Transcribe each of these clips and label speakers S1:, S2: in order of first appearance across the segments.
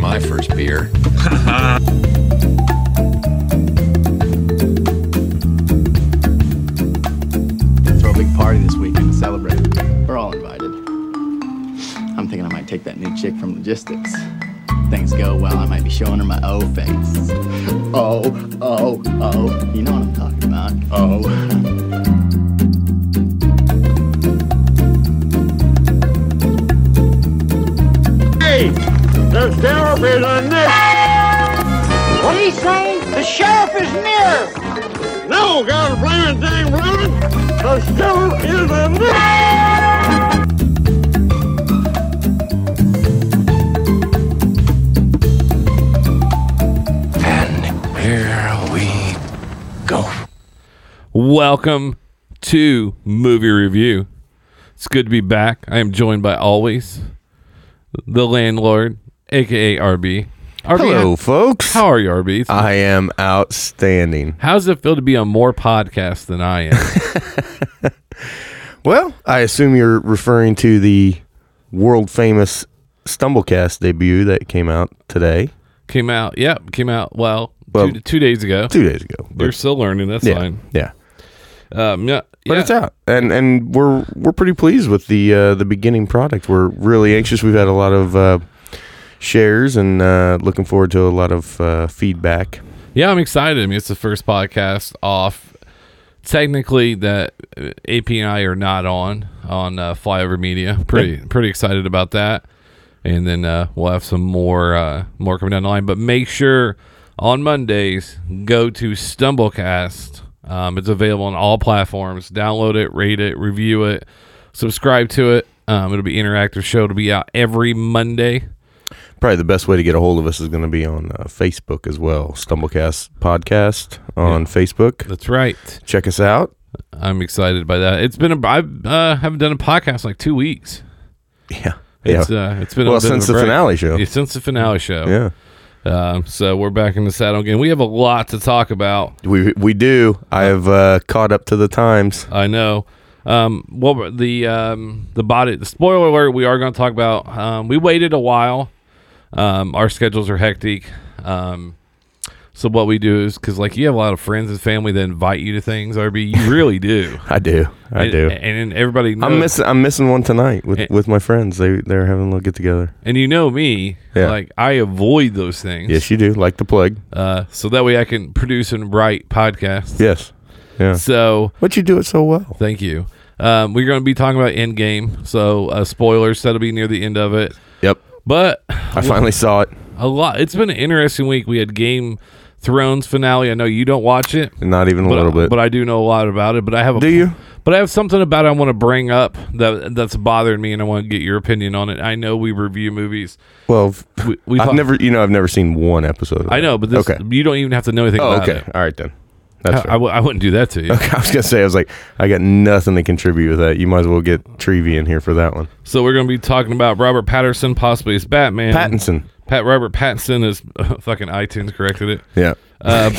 S1: my first beer.
S2: Throw a big party this weekend to celebrate. We're all invited. I'm thinking I might take that new chick from logistics. Things go well, I might be showing her my O face. Oh, oh, oh. You know what I'm talking about. Oh.
S3: The sheriff is on this. What do you say? The sheriff is near. No, God blame it, dang Robin. The sheriff is on this.
S1: And here we go.
S4: Welcome to Movie Review. It's good to be back. I am joined by always the landlord, aka RB. RB
S5: Hello, Uh, folks.
S4: How are you, RB?
S5: I am outstanding.
S4: How does it feel to be on more podcasts than I am?
S5: Well, I assume you're referring to the world famous Stumblecast debut that came out today,
S4: came out, yep, came out. Well,
S5: Well,
S4: two, two days ago.
S5: two days ago. but-
S4: You're still learning. That's
S5: yeah,
S4: fine.
S5: yeah.
S4: Um, yeah,
S5: But
S4: yeah.
S5: it's out, and and we're we're pretty pleased with the uh, the beginning product. We're really anxious. We've had a lot of uh, shares, and uh, looking forward to a lot of uh, feedback.
S4: Yeah, I'm excited. I mean, it's the first podcast off technically that uh, AP and I are not on on uh, Flyover Media. Pretty pretty excited about that. And then uh, we'll have some more uh, more coming down the line. But make sure on Mondays go to Stumblecast. Um, it's available on all platforms. Download it, rate it, review it, subscribe to it. Um, it'll be interactive show. It'll be out every Monday.
S5: Probably the best way to get a hold of us is going to be on uh, Facebook as well. Stumblecast podcast on Facebook.
S4: That's right.
S5: check us out.
S4: I'm excited by that. It's been a I uh, haven't done a podcast in like two weeks.
S5: Yeah.
S4: It's
S5: yeah.
S4: uh, it's been a
S5: well,
S4: bit of
S5: since the
S4: a break.
S5: finale show.
S4: Yeah, since the finale show.
S5: yeah.
S4: Um, so we're back in the saddle again. We have a lot to talk about.
S5: We we do. I have uh, caught up to the times.
S4: I know. Um, well, but the um, the body. The spoiler alert. We are going to talk about. Um, we waited a while. Um, our schedules are hectic. Um, so what we do is because like you have a lot of friends and family that invite you to things. RB, you really do.
S5: I do. I
S4: And- uh,
S5: do.
S4: And, everybody. Knows,
S5: I'm missing. I'm missing one tonight with,
S4: Eh.
S5: with my friends. They they're having a little get together.
S4: And you know me,
S5: Yeah.
S4: like I avoid those things.
S5: Yes, you do. Like the plague.
S4: Uh, so that way I can produce and write podcasts.
S5: Yes. Yeah.
S4: So
S5: But you do it so well.
S4: thank you. Um, we're going to be talking about Endgame. So uh, spoilers that'll be near the end of it.
S5: Yep.
S4: But
S5: I finally saw it.
S4: a lot. It's been an interesting week. We had Game Thrones finale. I know you don't watch it,
S5: Not even Mm, a
S4: but
S5: little bit.
S4: but I do know a lot about it. But I have a
S5: do you?
S4: But I have something about it I want to bring up that that's bothering me, and I want to get your opinion on it. I know we review movies.
S5: Well,
S4: We, we
S5: I've
S4: talk-
S5: never. You know, I've never seen one episode. Of
S4: I
S5: it.
S4: know, but this,
S5: okay.
S4: you don't even have to know anything
S5: Oh,
S4: about
S5: okay.
S4: it.
S5: All right then.
S4: I,
S5: That's
S4: I, w- I wouldn't do that to you.
S5: I was gonna say, I was like, I got nothing to contribute with that. You might as well get Trevi in here for that one.
S4: So we're going to be talking about Robert Patterson, possibly as Batman.
S5: Pattinson.
S4: Pat Robert Pattinson is fucking iTunes corrected it.
S5: Yeah,
S4: Uh,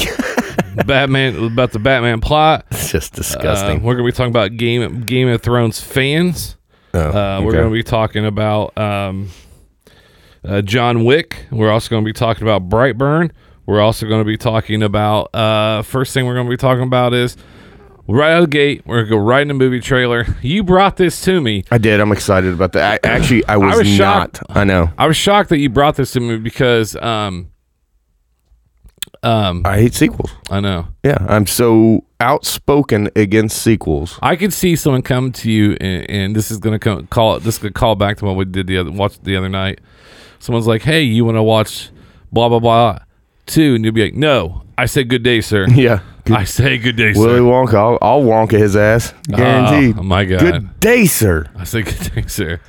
S4: Batman about the Batman plot.
S5: it's just
S4: Uh,
S5: disgusting.
S4: we're going to be talking about Game Game of Thrones fans.
S5: Oh,
S4: Uh, We're
S5: okay.
S4: going to be talking about um, uh, John Wick. We're also going to be talking about Brightburn. We're also going to be talking about uh, first thing we're going to be talking about is right out of the gate. We're going to go right in the movie trailer. You brought this to me.
S5: I did. I'm excited about that. I, actually, I was,
S4: was
S5: not.
S4: shocked.
S5: I know.
S4: I was shocked that you brought this to me because um um
S5: I hate sequels.
S4: I know.
S5: Yeah, I'm so outspoken against sequels.
S4: I could see someone come to you and, and this is gonna come call this could call back to what we did the other watched the other night. Someone's like, Hey, you wanna watch blah blah blah two and you'll be like, No, I said good day, sir.
S5: Yeah,
S4: I say good day,
S5: Willy
S4: sir.
S5: Wonka. I'll, I'll Wonka his ass, guaranteed.
S4: Oh, my God.
S5: Good day, sir.
S4: I say good day, sir.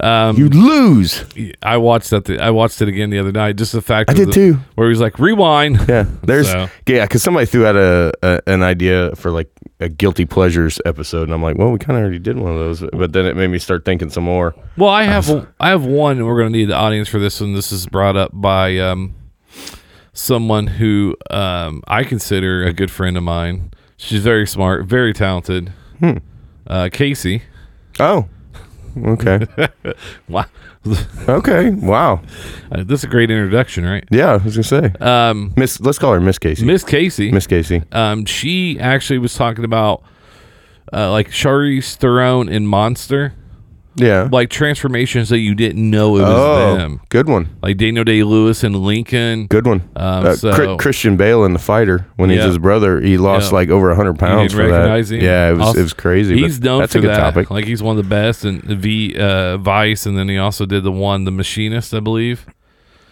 S4: Um,
S5: You lose.
S4: I watched that. The, I watched it again the other night. Just the fact
S5: I
S4: of
S5: did
S4: the-
S5: too.
S4: Where he's like, rewind.
S5: Yeah, there's
S4: So-
S5: yeah, because somebody threw out a, a an idea for like a guilty pleasures episode, and I'm like, well, we kind of already did one of those, but then it made me start thinking some more.
S4: Well, I have I have one, and we're going to need the audience for this one. This is brought up by um, someone who um, I consider a good friend of mine.
S5: Hmm.
S4: She's very smart, very talented. Uh, Casey,
S5: Oh, Okay.
S4: Wow.
S5: okay. Wow.
S4: Uh, this is a great introduction, right?
S5: Yeah, I was gonna say
S4: Um,
S5: Miss. Let's call her Miss Casey.
S4: Miss Casey.
S5: Miss Casey.
S4: um, she actually was talking about uh, like Charlize Theron in Monster,
S5: Yeah.
S4: like transformations that you didn't know it was
S5: oh,
S4: them,
S5: good one.
S4: like Daniel Day Lewis and Lincoln.
S5: Good one.
S4: Um,
S5: Cri-
S4: so-
S5: Christian Bale in the fighter when he's
S4: Yeah.
S5: his brother, he lost
S4: Yeah.
S5: like over hundred
S4: You
S5: pounds
S4: didn't
S5: for that.
S4: recognize him.
S5: Yeah, it was
S4: Also-
S5: it was crazy. but
S4: He's known
S5: That's
S4: for
S5: a good
S4: that.
S5: topic.
S4: Like he's one of the best in V uh, Vice, and then he also did the one, The Machinist, I believe,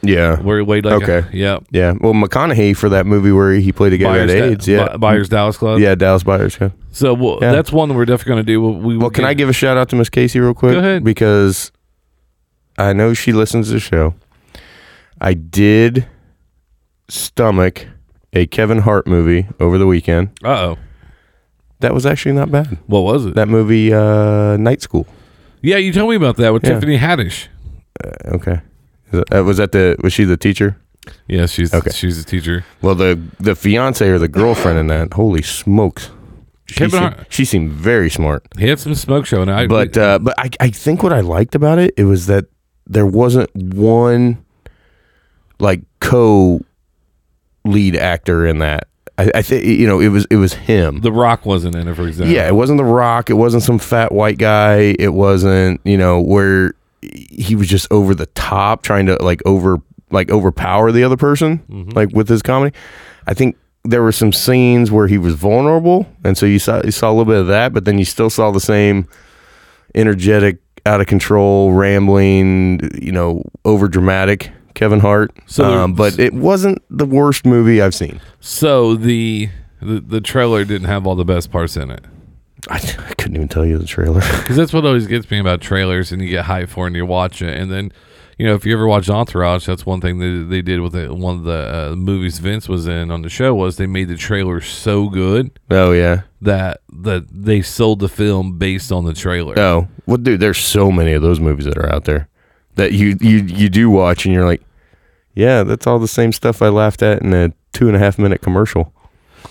S5: yeah.
S4: where he weighed like
S5: Okay.
S4: a, yeah,
S5: yeah. Well, McConaughey for that movie where he played a guy at AIDS.
S4: Da-
S5: Yeah.
S4: Bu- Buyers Dallas Club.
S5: yeah, Dallas Buyers. Yeah.
S4: So well,
S5: Yeah.
S4: that's one that we're definitely going to do. We, we
S5: Well, can I give a shout out to Miss Casey real quick?
S4: Go ahead.
S5: Because I know she listens to the show. I did stomach a Kevin Hart movie over the weekend.
S4: Uh oh.
S5: That was actually not bad.
S4: What was it?
S5: That movie, uh, Night School.
S4: yeah, you told me about that with
S5: Yeah.
S4: Tiffany Haddish.
S5: Okay. Is that- uh, Was that the was she the teacher?
S4: Yeah, she's
S5: Okay.
S4: she's a teacher.
S5: Well, the the fiance or the girlfriend in that. Holy smokes! She,
S4: Kevin
S5: seemed,
S4: Hart-
S5: she seemed very smart.
S4: He had some smoke show, and I
S5: but uh, but I, I think what I liked about it it was that there wasn't one like co lead actor in that. I, I think you know it was it was him.
S4: The Rock wasn't in it, for example.
S5: yeah, it wasn't The Rock. It wasn't some fat white guy. It wasn't you know where he was just over the top trying to like over like overpower the other person like with his comedy. I think there were some scenes where he was vulnerable, and so you saw you saw a little bit of that, but then you still saw the same energetic, out of control, rambling, you know, over dramatic Kevin Hart.
S4: So there-
S5: um, but it wasn't the worst movie I've seen.
S4: So the, the the trailer didn't have all the best parts in it.
S5: I, I couldn't even tell you the trailer.
S4: Because that's what always gets me about trailers, and you get hyped for it and you watch it, and then, you know, if you ever watch Entourage, that's one thing that they did with it. one of the uh, movies Vince was in on the show was they made the trailer so good
S5: oh yeah.
S4: that that they sold the film based on the trailer.
S5: Oh well, dude, there's so many of those movies that are out there that you you you do watch, and you're like, yeah, that's all the same stuff I laughed at in a two and a half minute commercial.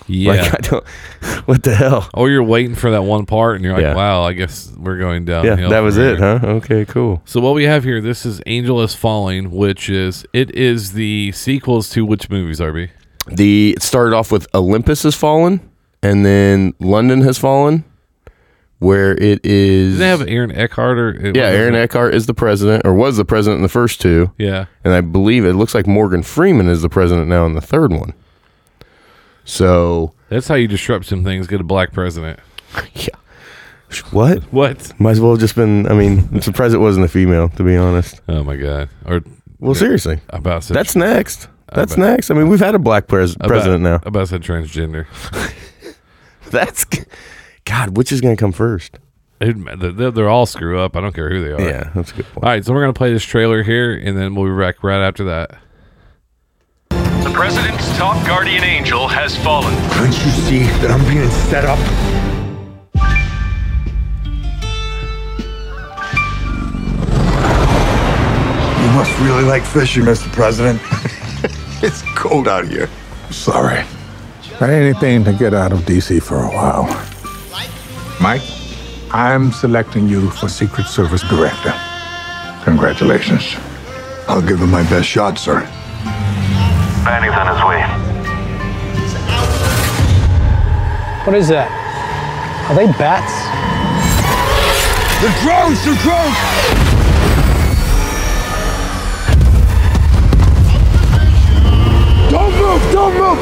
S4: yeah.
S5: Like I don't. What the hell?
S4: or you're waiting for that one part, and you're like,
S5: Yeah.
S4: wow, I guess we're going
S5: Yeah,
S4: downhill.
S5: that was
S4: from
S5: it,
S4: here."
S5: huh? Okay, cool.
S4: So what we have here, this is Angel is Falling, which is it is the sequels to which movies, RB?
S5: The it started off with Olympus has fallen, and then London has fallen, where it is.
S4: Did they have Aaron Eckhart or it
S5: yeah,
S4: was-
S5: Aaron Eckhart is the president, or was the president in the first two,
S4: Yeah.
S5: and I believe it looks like Morgan Freeman is the president now in the third one. So
S4: That's how you disrupt some things, get a black president.
S5: yeah, what?
S4: What?
S5: Might as well have just been. I mean, I'm surprised it wasn't a female, to be honest.
S4: Oh my god. Or
S5: Well, seriously,
S4: about such,
S5: that's next. That's
S4: bet.
S5: next. I mean, we've had a black pres-
S4: about,
S5: president now.
S4: About said transgender.
S5: That's God. Which is going to come first?
S4: It- They're, they're all screw up. I don't care who they are.
S5: Yeah, that's a good point.
S4: All right, so we're gonna play this trailer here, and then we'll be back right after that.
S6: The president's top guardian angel has fallen.
S7: Can't you see that I'm being set up? You must really like fishing, Mr. President. it's cold out here. Sorry. I ain't anything to get out of DC for a while. Mike, I'm selecting you for Secret Service Director. Congratulations. I'll give it my best shot, sir.
S6: Banning's on his way.
S8: What is that? Are they bats?
S7: The drones! The drones! Don't move! Don't move!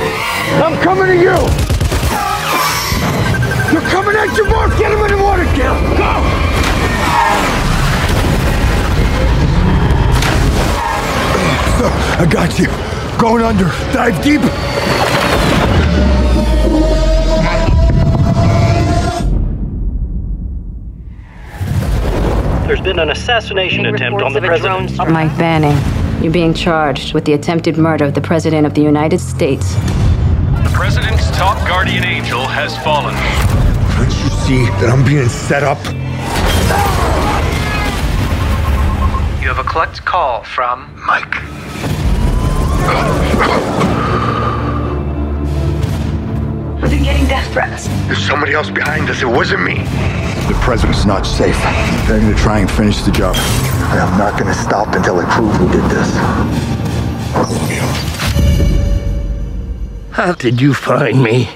S7: I'm coming to you! They're coming at you, Mark! Get him in the water, Gil! Go! I got you. Going under. Dive deep.
S9: There's been an assassination attempt on the president.
S10: Mike Banning, you're being charged with the attempted murder of the President of the United States.
S6: The president's top guardian angel has fallen.
S7: Don't you see that I'm being set up?
S11: You have a collect call from
S7: Mike.
S10: They're getting death threats.
S7: There's somebody else behind us. It wasn't me. The president's not safe. They're going to try and finish the job. And I'm not going to stop until I prove who did this. How did you find me?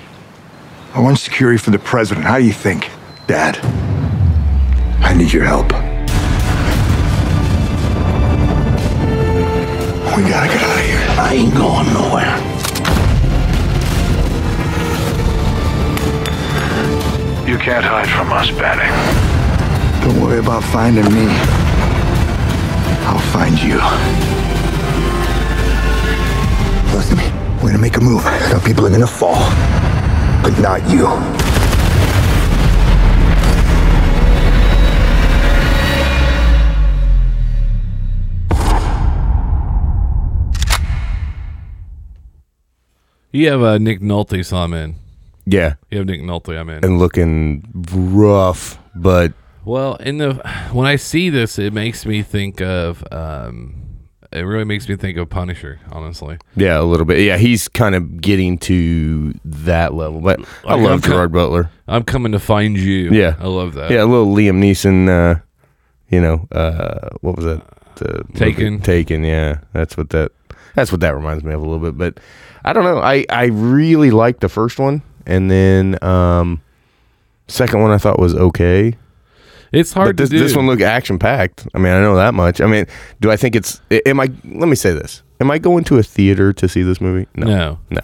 S7: I want security for the president. How do you think, Dad? I need your help. We gotta get out of here. I ain't going nowhere.
S6: You can't hide from us, Banning.
S7: Don't worry about finding me. I'll find you. Listen to me. We're gonna make a move. Now people are gonna fall. But not you.
S4: You have uh, Nick Nolte, so I'm in.
S5: Yeah.
S4: You have Nick Nolte, I'm in.
S5: And looking rough, but
S4: Well, in the when I see this, it makes me think of um, it really makes me think of Punisher, honestly.
S5: yeah, a little bit. Yeah, he's kind of getting to that level. But I
S4: Like, I'm
S5: love
S4: co-
S5: Gerard Butler.
S4: I'm coming to find you.
S5: Yeah.
S4: I love that.
S5: Yeah, a little Liam Neeson, uh, you know, uh, what was that? The movie-
S4: Taken.
S5: Taken, yeah. That's what that that's what that reminds me of a little bit. But I don't know. I, I really liked the first one and then um second one I thought was okay.
S4: It's hard
S5: But this,
S4: to do.
S5: this one looked action packed. I mean, I know that much. I mean, do I think it's? a- Am I? Let me say this. Am I going to a theater to see this movie?
S4: No.
S5: no,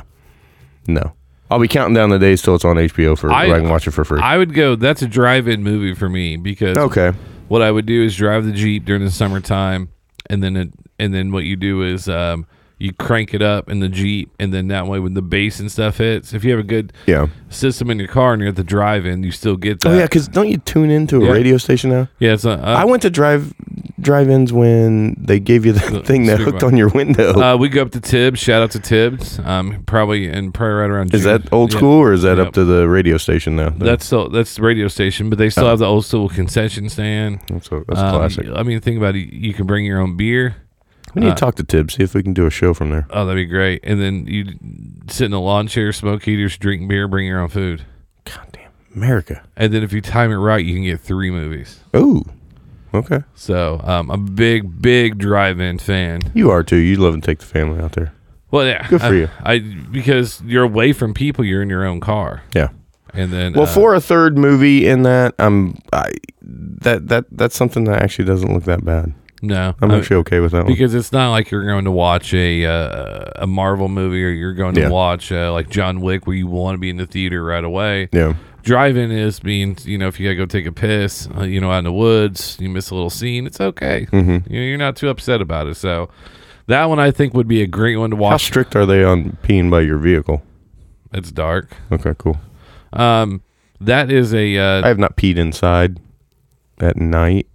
S5: no. I'll be counting down the days till it's on HBO for
S4: I-
S5: where I can watch it for free.
S4: I would go. That's a drive-in movie for me because
S5: Okay.
S4: What I would do is drive the jeep during the summertime, and then it, and then what you do is um, you crank it up in the jeep, and then that way when the bass and stuff hits, if you have a good
S5: Yeah.
S4: system in your car and you're at the drive-in, you still get that.
S5: oh yeah, because don't you tune into a
S4: Yeah.
S5: radio station now?
S4: Yeah, it's a, uh,
S5: I went to drive drive-ins when they gave you the thing that hooked on your window.
S4: Uh, we go up to Tibbs. Shout out to Tibbs. Um, probably and probably right around.
S5: is
S4: June.
S5: that old
S4: Yeah.
S5: school or is that up to the radio station now?
S4: That's still that's the radio station, but they still have the old school concession stand.
S5: That's a- Oh. that's a
S4: um,
S5: classic.
S4: I mean, think about it. You can bring your own beer.
S5: we need
S4: Uh,
S5: to talk to Tibbs see if we can do a show from there.
S4: Oh, that'd be great. And then you sit in a lawn chair, smoke heaters, drink beer, bring your own food.
S5: America.
S4: And then if you time it right, you can get three movies.
S5: Oh, okay.
S4: So um, I'm a big, big drive-in fan.
S5: You are too. You love to take the family out there.
S4: Well, yeah,
S5: Good for
S4: I-
S5: you.
S4: I because you're away from people, you're in your own car.
S5: Yeah.
S4: And then
S5: Well,
S4: uh,
S5: for a third movie in that, I'm I that that that's something that actually doesn't look that bad.
S4: No,
S5: I'm
S4: I-
S5: actually okay with that one.
S4: because it's not like you're going to watch a uh, a Marvel movie or you're going
S5: Yeah.
S4: to watch uh, like John Wick where you want to be in the theater right away.
S5: Yeah.
S4: driving is being you know if you gotta go take a piss, uh, you know out in the woods, you miss a little scene, it's okay.
S5: Mhm.
S4: You know, you're not too upset about it. So that one I think would be a great one to
S5: How
S4: watch.
S5: strict are they on peeing by your vehicle?
S4: It's dark.
S5: Okay, cool.
S4: Um, that is a uh,
S5: I have not peed inside at night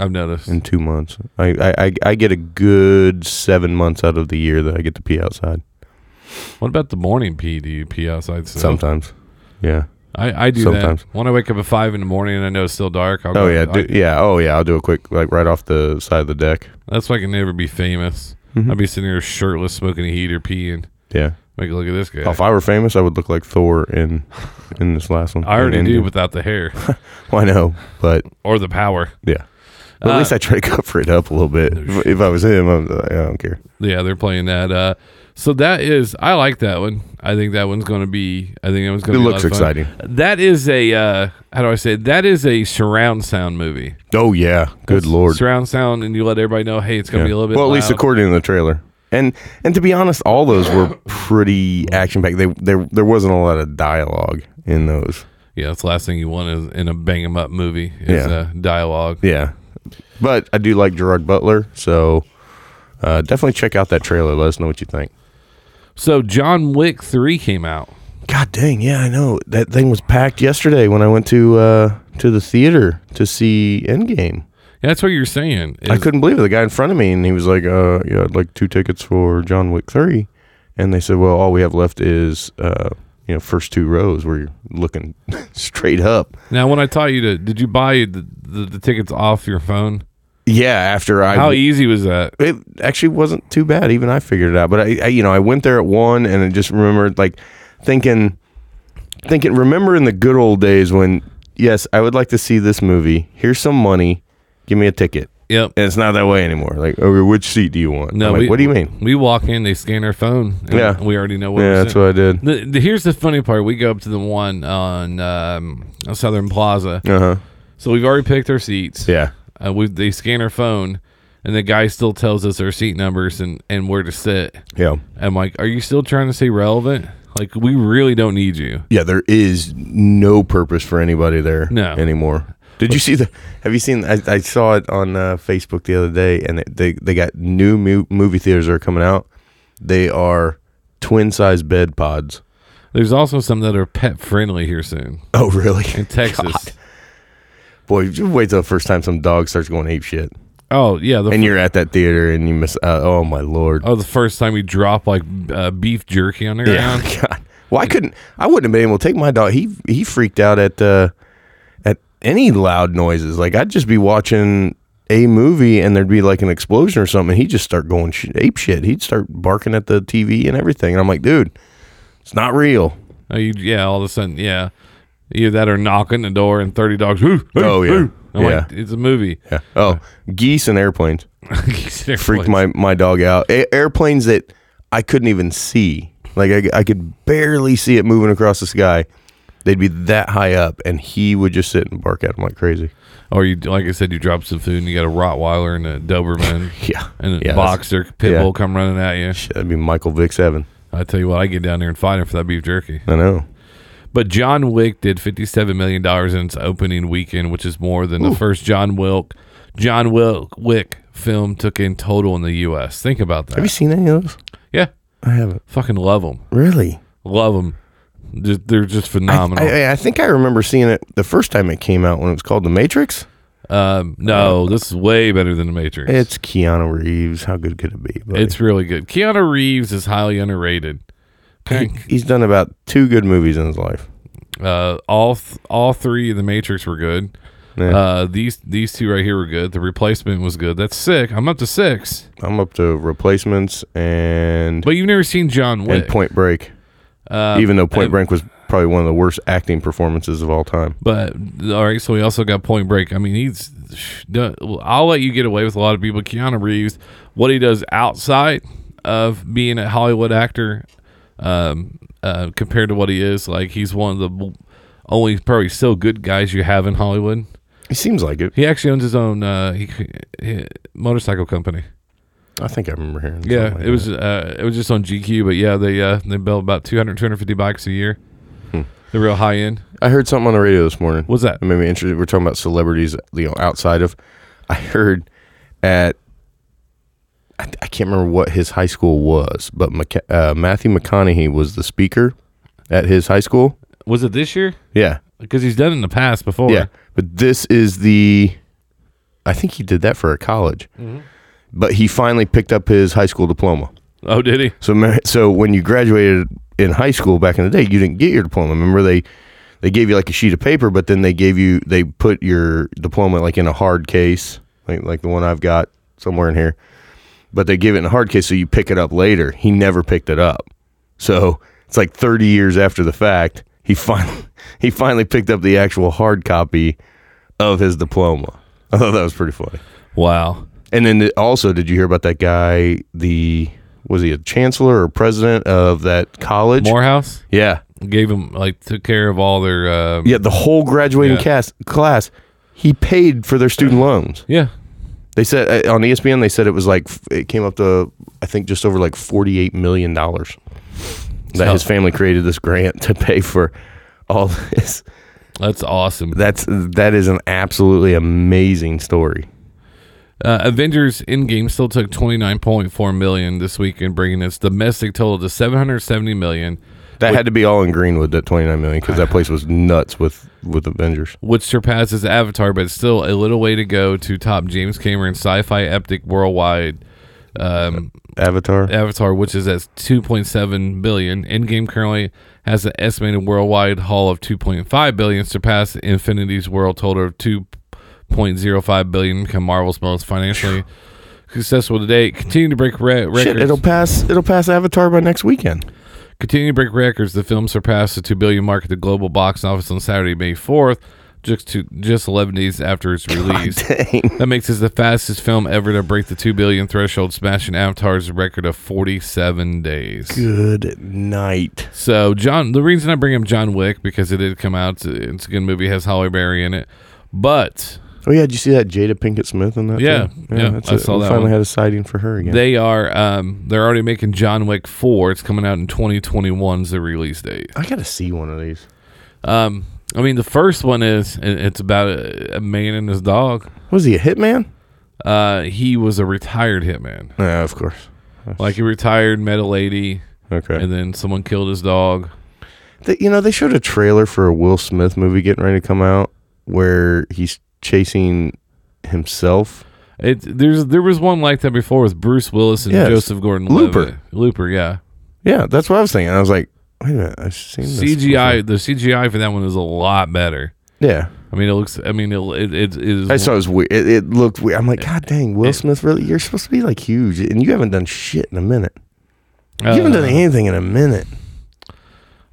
S4: I've noticed.
S5: in two months. I, I I I get a good seven months out of the year that I get to pee outside.
S4: What about the morning pee? Do you pee outside? Still?
S5: Sometimes. Yeah.
S4: I, I do
S5: Sometimes.
S4: that. When I wake up at five in the morning and I know it's still dark, I'll
S5: Oh
S4: go,
S5: yeah,
S4: I-
S5: do, yeah. Oh yeah. I'll do a quick like right off the side of the deck.
S4: That's why I can never be famous.
S5: Mhm.
S4: I'd be sitting here shirtless, smoking a heater, peeing.
S5: Yeah.
S4: Like, look at this guy.
S5: Oh, if I were famous, I would look like Thor in in this last one.
S4: I already
S5: In
S4: do
S5: Endgame.
S4: without the hair
S5: Well, I know, but
S4: or the power.
S5: yeah. But at
S4: Uh,
S5: least I try to cover it up a little bit. If, if I was him, I'm like, I don't care.
S4: Yeah, they're playing that. Uh, so that is, I like that one. I think that one's going to be. I think that one's going
S5: It
S4: to.
S5: looks exciting.
S4: That is a. Uh, how do I say? it? That is a surround sound movie.
S5: Oh yeah, good lord.
S4: Surround sound, and you let everybody know, hey, it's going
S5: Yeah.
S4: to be a little bit.
S5: well, at least
S4: loud.
S5: according to the trailer. And and to be honest, all those were pretty action packed. They there there wasn't a lot of dialogue in those.
S4: Yeah, that's the last thing you want is in a bang 'em up movie is
S5: Yeah.
S4: uh, dialogue.
S5: Yeah, but I do like Gerard Butler, so uh, definitely check out that trailer. Let us know what you think.
S4: So John Wick three came out.
S5: God dang, yeah, I know. That thing was packed yesterday when I went to uh to the theater to see Endgame.
S4: That's what you're saying.
S5: I
S4: is-
S5: couldn't believe it. The guy in front of me and he was like, uh yeah, I'd like two tickets for John Wick three and they said, Well, all we have left is uh you know, first two rows where you're looking straight up.
S4: Now, when I taught you to, did you buy the, the, the tickets off your phone?
S5: Yeah, after I
S4: How e-, easy was that?
S5: it actually wasn't too bad. Even I figured it out. But I, I you know, I went there at one, and I just remembered like thinking, thinking, remembering the good old days when yes, I would like to see this movie. Here's some money. Give me a ticket.
S4: Yep.
S5: And it's not that way anymore. Like, okay, which seat do you want?
S4: No,
S5: I'm like,
S4: we-
S5: what do you mean?
S4: We walk in, they scan our phone. and
S5: Yeah.
S4: we already know what.
S5: Yeah,
S4: we're
S5: that's
S4: sitting-
S5: what I did.
S4: The, the, here's the funny part: we go up to the one on um, on Southern Plaza.
S5: Uh-huh.
S4: So we've already picked our seats.
S5: Yeah.
S4: Uh, we they scan our phone, and the guy still tells us our seat numbers and and where to sit.
S5: Yeah.
S4: I'm like, are you still trying to stay relevant? Like, we really don't need you.
S5: Yeah, there is no purpose for anybody there
S4: No.
S5: anymore. Did you see the? Have you seen? I, I saw it on uh, Facebook the other day, and it, they they got new mu- movie theaters that are coming out. They are twin size bed pods.
S4: There's also some that are pet friendly here soon.
S5: Oh, really?
S4: In Texas.
S5: Boy, you wait till the first time some dog starts going ape shit.
S4: Oh yeah, the
S5: and you're at that theater and you miss. Uh, oh my lord!
S4: Oh, the first time we drop like uh, beef jerky on the ground.
S5: God. Well, I couldn't. I wouldn't have been able to take my dog. He he freaked out at uh, at any loud noises. Like I'd just be watching a movie and there'd be like an explosion or something. And he'd just start going sh- ape shit. He'd start barking at the TV and everything. And I'm like, dude, it's not real.
S4: Oh, you, yeah, all of a sudden, yeah. Either that or knocking the door and 30 dogs. "Hoo, hoo,
S5: Oh yeah,
S4: hoo." I'm
S5: yeah.
S4: like, it's a movie.
S5: Yeah. Oh, geese and airplanes.
S4: Geese and
S5: freaked my my dog out. A- airplanes that I couldn't even see. Like I, I could barely see it moving across the sky. They'd be that high up, and he would just sit and bark at them like crazy.
S4: Or you, like I said, you drop some food and you got a Rottweiler and a Doberman.
S5: yeah.
S4: And a
S5: Yeah, that's-
S4: boxer, pit
S5: yeah.
S4: bull come running at you.
S5: Shit, that'd be Michael Vick 7.
S4: I tell you what, I get down there and fight him for that beef jerky.
S5: I know.
S4: But John Wick did $57 million in its opening weekend, which is more than the first John Wilk, John Wilk, Wick film took in total in the U.S. Think about that.
S5: Have you seen any of those?
S4: Yeah.
S5: I haven't.
S4: Fucking love them.
S5: Really?
S4: Love them. They're just phenomenal.
S5: I, I, I think I remember seeing it the first time it came out when it was called The Matrix.
S4: um, no, this is way better than The Matrix.
S5: It's Keanu Reeves. How good could it be? buddy?
S4: It's really good. Keanu Reeves is highly underrated.
S5: He- he's done about two good movies in his life.
S4: Uh, all th- all three of the Matrix were good.
S5: Yeah.
S4: Uh, these these two right here were good. The replacement was good. That's sick. I'm up to six.
S5: I'm up to replacements and
S4: But you've never seen John Wick.
S5: and Point Break.
S4: Uh,
S5: Even though Point
S4: and-
S5: Break was probably one of the worst acting performances of all time.
S4: But all right, so we also got Point Break. I mean, he's. done- I'll let you get away with a lot of people. Keanu Reeves, what he does outside of being a Hollywood actor, um, uh, compared to what he is, like he's one of the b- only probably still good guys you have in Hollywood.
S5: He seems like it.
S4: He actually owns his own uh, he, he- motorcycle company.
S5: I think I remember hearing.
S4: Yeah,
S5: something like
S4: it was uh, it was just on GQ, but yeah, they uh, they build about 200, 250 bikes a year.
S5: Hmm.
S4: They're real high end.
S5: that. I heard something on the radio this morning.
S4: What's that?
S5: It made me interested. We're talking about celebrities, you know, outside of. I heard at. I, I can't remember what his high school was, but Mc, uh, Matthew McConaughey was the speaker at his high school.
S4: Was it this year?
S5: Yeah,
S4: Because he's done it in the past before.
S5: Yeah, but this is the. I think he did that for a college,
S4: Mm-hmm.
S5: but he finally picked up his high school diploma.
S4: Oh, did he?
S5: So, ma- so when you graduated in high school back in the day, you didn't get your diploma. Remember they they gave you like a sheet of paper, but then they gave you they put your diploma like in a hard case, like like the one I've got somewhere in here. But they give it in a hard case, so you pick it up later. He never picked it up, so it's like 30 years after the fact. He finally he finally picked up the actual hard copy of his diploma. I thought that was pretty funny.
S4: Wow.
S5: And then the- also, did you hear about that guy? The was he a chancellor or president of that college?
S4: Morehouse
S5: Yeah,
S4: gave him like took care of all their um,
S5: yeah. The whole graduating
S4: Yeah.
S5: cast class, he paid for their student loans.
S4: yeah.
S5: They said uh, on ESPN, they said it was like f- it came up to I think just over like forty eight million dollars that
S4: So-
S5: his family created this grant to pay for all this.
S4: That's awesome.
S5: That's that is an absolutely amazing story.
S4: Uh, Avengers Endgame still took 29.4 million this week and bringing its domestic total to 770 million,
S5: That had to be all in Greenwood, that twenty nine million, because that place was nuts with with Avengers.
S4: which surpasses Avatar, but still a little way to go to top James Cameron sci-fi epic worldwide um,
S5: Avatar.
S4: Avatar, which is at 2.7 billion. Endgame currently has an estimated worldwide haul of 2.5 billion, surpassed Infinity's world total of 2.05 billion, become Marvel's most financially successful to date. Continue to break re- records.
S5: Shit, it'll pass. It'll pass Avatar by next weekend.
S4: Continuing to break records, the film surpassed the 2 billion mark at the global box office on Saturday, May 4th, just to just 11 days after its release. That makes this the fastest film ever to break the 2 billion threshold, smashing Avatar's record of 47 days.
S5: Good night.
S4: So John, the reason I bring up John Wick because it did come out. It's a, it's a good movie. It has Holly Berry in it, but
S5: Oh yeah, did you see that Jada Pinkett Smith in that?
S4: Yeah,
S5: too?
S4: yeah, I
S5: it.
S4: saw
S5: we
S4: that
S5: Finally
S4: one.
S5: had a sighting for her again.
S4: they are um they're already making John Wick four. It's coming out in 2021's the release date.
S5: I gotta see one of these.
S4: Um, I mean the first one is it- it's about a, a man and his dog.
S5: Was he a hitman?
S4: Uh, he was a retired hitman.
S5: Yeah, of course.
S4: Like he retired, met a lady.
S5: Okay.
S4: And then someone killed his dog.
S5: They, you know, they showed a trailer for a Will Smith movie getting ready to come out where he's chasing himself.
S4: It there's there was one like that before with Bruce Willis and
S5: Yes.
S4: Joseph Gordon
S5: Looper.
S4: Looper, yeah.
S5: Yeah, that's what I was thinking. I was like, wait a minute, I've seen this
S4: CGI the CGI for that one is a lot better.
S5: Yeah.
S4: I mean it looks I mean it it, it is
S5: I saw it was weird. It, it looked weird. I'm like, God dang, Will Smith, really? You're supposed to be like huge, and you haven't done shit in a minute. You haven't done
S4: Uh,
S5: anything in a minute.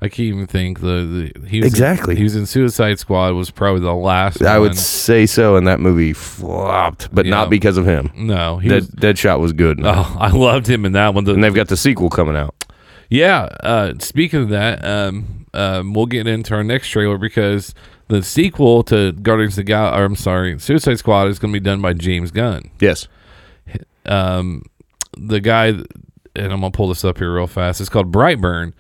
S4: I can't even think the, the he was
S5: Exactly.
S4: he was in Suicide Squad was probably the last
S5: I
S4: one.
S5: would say so, and that movie flopped, but
S4: Yeah.
S5: not because of him.
S4: No, he
S5: Dead,
S4: was-
S5: Deadshot was good.
S4: Oh, I loved him in that one.
S5: and they've got the sequel coming out.
S4: Yeah. Uh, speaking of that, um, um, we'll get into our next trailer because the sequel to Guardians of the Gal, or I'm sorry, Suicide Squad is going to be done by James Gunn.
S5: Yes.
S4: Um, the guy, and I'm gonna pull this up here real fast. It's called Brightburn,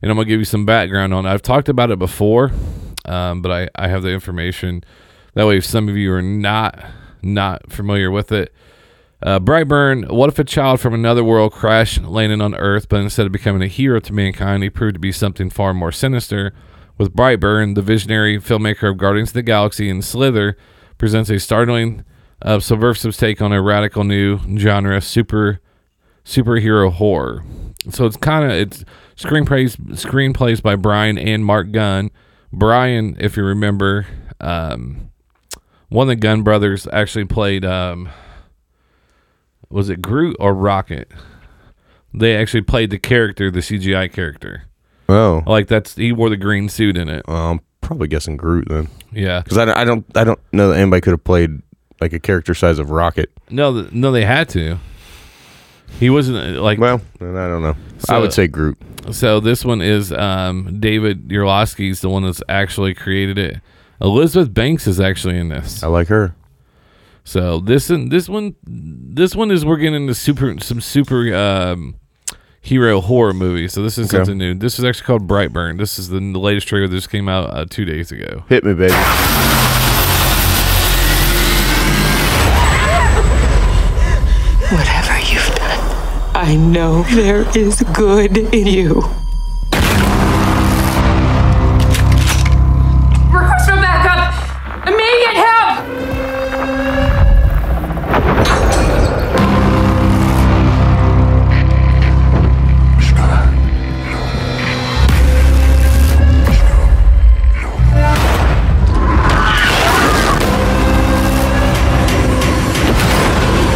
S4: and I'm gonna give you some background on. it. I've talked about it before, um, but I I have the information. That way, if some of you are not not familiar with it, uh, Brightburn, what if a child from another world crashed, landed on Earth, but instead of becoming a hero to mankind, he proved to be something far more sinister? With Brightburn, the visionary filmmaker of Guardians of the Galaxy and Slither presents a startling, uh, subversive take on a radical new genre, super superhero horror. So it's kind of it's screenplays screenplays by Brian and Mark Gunn. Brian, if you remember, um, one of the Gunn brothers actually played um, was it Groot or Rocket? They actually played the character, the CGI character.
S5: Oh,
S4: Like that's he wore the green suit in it.
S5: well, I'm probably guessing Groot then.
S4: Yeah.
S5: because I, don't- I don't, I don't know that anybody could have played like a character size of Rocket.
S4: No, th- no, they had to. He wasn't uh, like
S5: well. And I don't know. I would say Groot.
S4: So this one is um, David Yerlowski's the one that's actually created it. Elizabeth Banks is actually in this.
S5: I like her.
S4: So this and this one, this one is we're getting into super some super um, hero horror movie. So this is
S5: Okay.
S4: something new. This is actually called Brightburn. This is the, n- latest trailer. This came out uh, two days ago.
S5: Hit me, baby.
S12: Whatever you've done, I know there is good in you.
S13: Request for backup! Immediate help!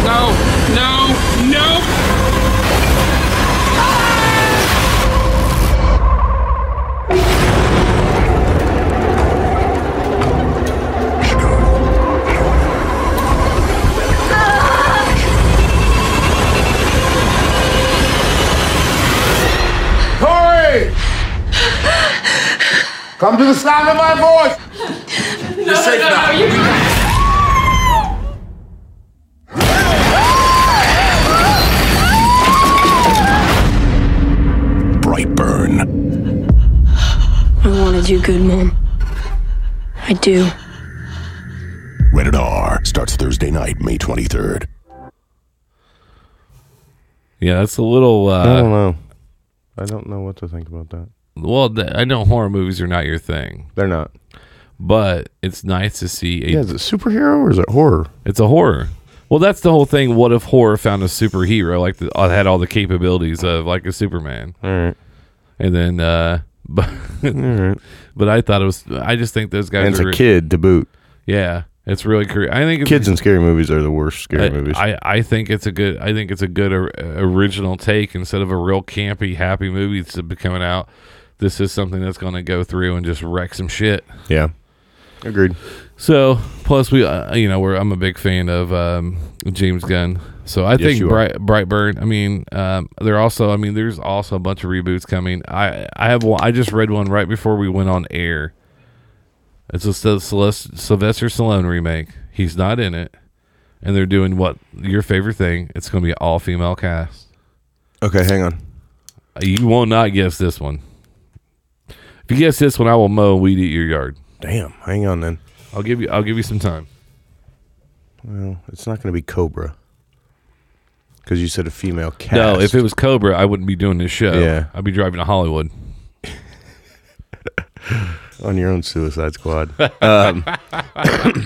S3: No, no, no.
S7: Corey! Come to the sound of my voice!
S3: No, no, no, no, you
S1: Brightburn.
S14: I wanted you good, Mom. I do.
S1: Rated R starts Thursday night, May 23rd.
S4: Yeah, that's a little. Uh,
S5: I don't know. I don't know what to think about that.
S4: Well, th- I know horror movies are not your thing.
S5: They're not.
S4: But it's nice to see a
S5: Yeah, is it superhero or is it horror?
S4: It's a horror. Well, that's the whole thing. What if horror found a superhero like the, uh, had all the capabilities of like a Superman?
S5: All right.
S4: And then, uh, but but I thought it was. I just think those guys.
S5: And it's
S4: are
S5: a
S4: re-
S5: kid to boot.
S4: Yeah, it's really cre I think it's,
S5: Kids in scary movies are the worst scary
S4: I,
S5: movies.
S4: I I think it's a good. I think it's a good or, original take instead of a real campy happy movie that's coming out. This is something that's going to go through and just wreck some shit.
S5: yeah. Agreed.
S4: So, plus we, uh, you know, we're I'm a big fan of um, James Gunn. So I
S5: Yes,
S4: think
S5: you
S4: Bright,
S5: are.
S4: Brightburn. I mean, um, they're also. I mean, there's also a bunch of reboots coming. I I have one. I just read one right before we went on air. It's a Syl- Sylvester Sylvester Stallone remake. He's not in it, and they're doing what your favorite thing. It's going to be an all female cast. Uh,
S5: Okay, hang on.
S4: You will not guess this one. If you guess this one, I will mow and weed eat your yard.
S5: Damn, hang on then.
S4: I'll give you. I'll give you some time.
S5: Well, it's not going to be Cobra because you said a female cast.
S4: No, if it was Cobra, I wouldn't be doing this show.
S5: Yeah.
S4: I'd be driving to Hollywood.
S5: on your own Suicide Squad. Um, let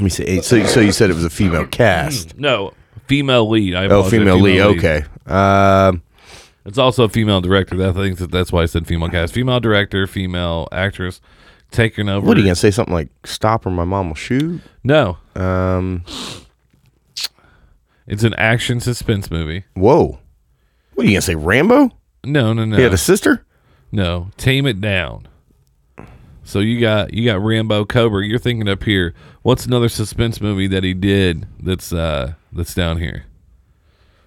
S5: me see. So, so you said it was a female cast.
S4: No, female lead. I
S5: Oh,
S4: apologize,
S5: female lead. Okay. Um,
S4: It's also a female director. That I think that that's why I said female cast. Female director, female actress taking over.
S5: What are you gonna say? Something like "Stop or my mom will shoot"?
S4: No.
S5: Um.
S4: It's an action suspense movie.
S5: Whoa. What are you gonna say? Rambo?
S4: No, no, no.
S5: He had a sister.
S4: No, tame it down. So you got you got Rambo Cobra. You're thinking up here. What's another suspense movie that he did that's uh that's down here?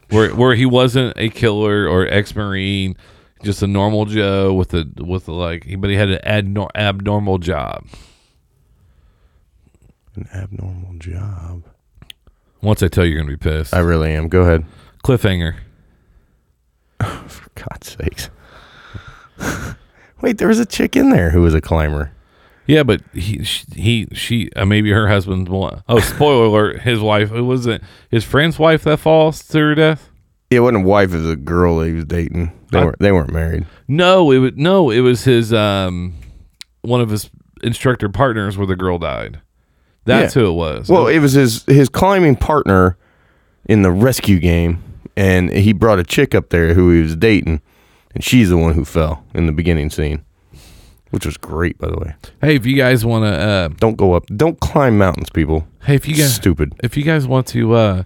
S4: Where where he wasn't a killer or ex marine, just a normal Joe with a with a, like but he had an adnor- abnormal job.
S5: An abnormal job.
S4: Once I tell you, you're gonna be pissed.
S5: I really am. Go ahead.
S4: Cliffhanger.
S5: For God's sakes. Wait, there was a chick in there who was a climber.
S4: Yeah, but he, sh- he, she, uh, maybe her husband's one. Oh, spoiler alert! His wife. It wasn't his friend's wife that falls to her death.
S5: It wasn't a wife; it was a girl he was dating. They
S4: I-
S5: weren't. They weren't married.
S4: No, it was no, it was his um, one of his instructor partners where the girl died. That's
S5: Yeah.
S4: who it was.
S5: Well, it was his his climbing partner in the rescue game, and he brought a chick up there who he was dating, and she's the one who fell in the beginning scene, which was great, by the way.
S4: hey, if you guys want to, uh,
S5: Don't go up. Don't climb mountains, people.
S4: hey, if you guys,
S5: stupid.
S4: if you guys want to, uh,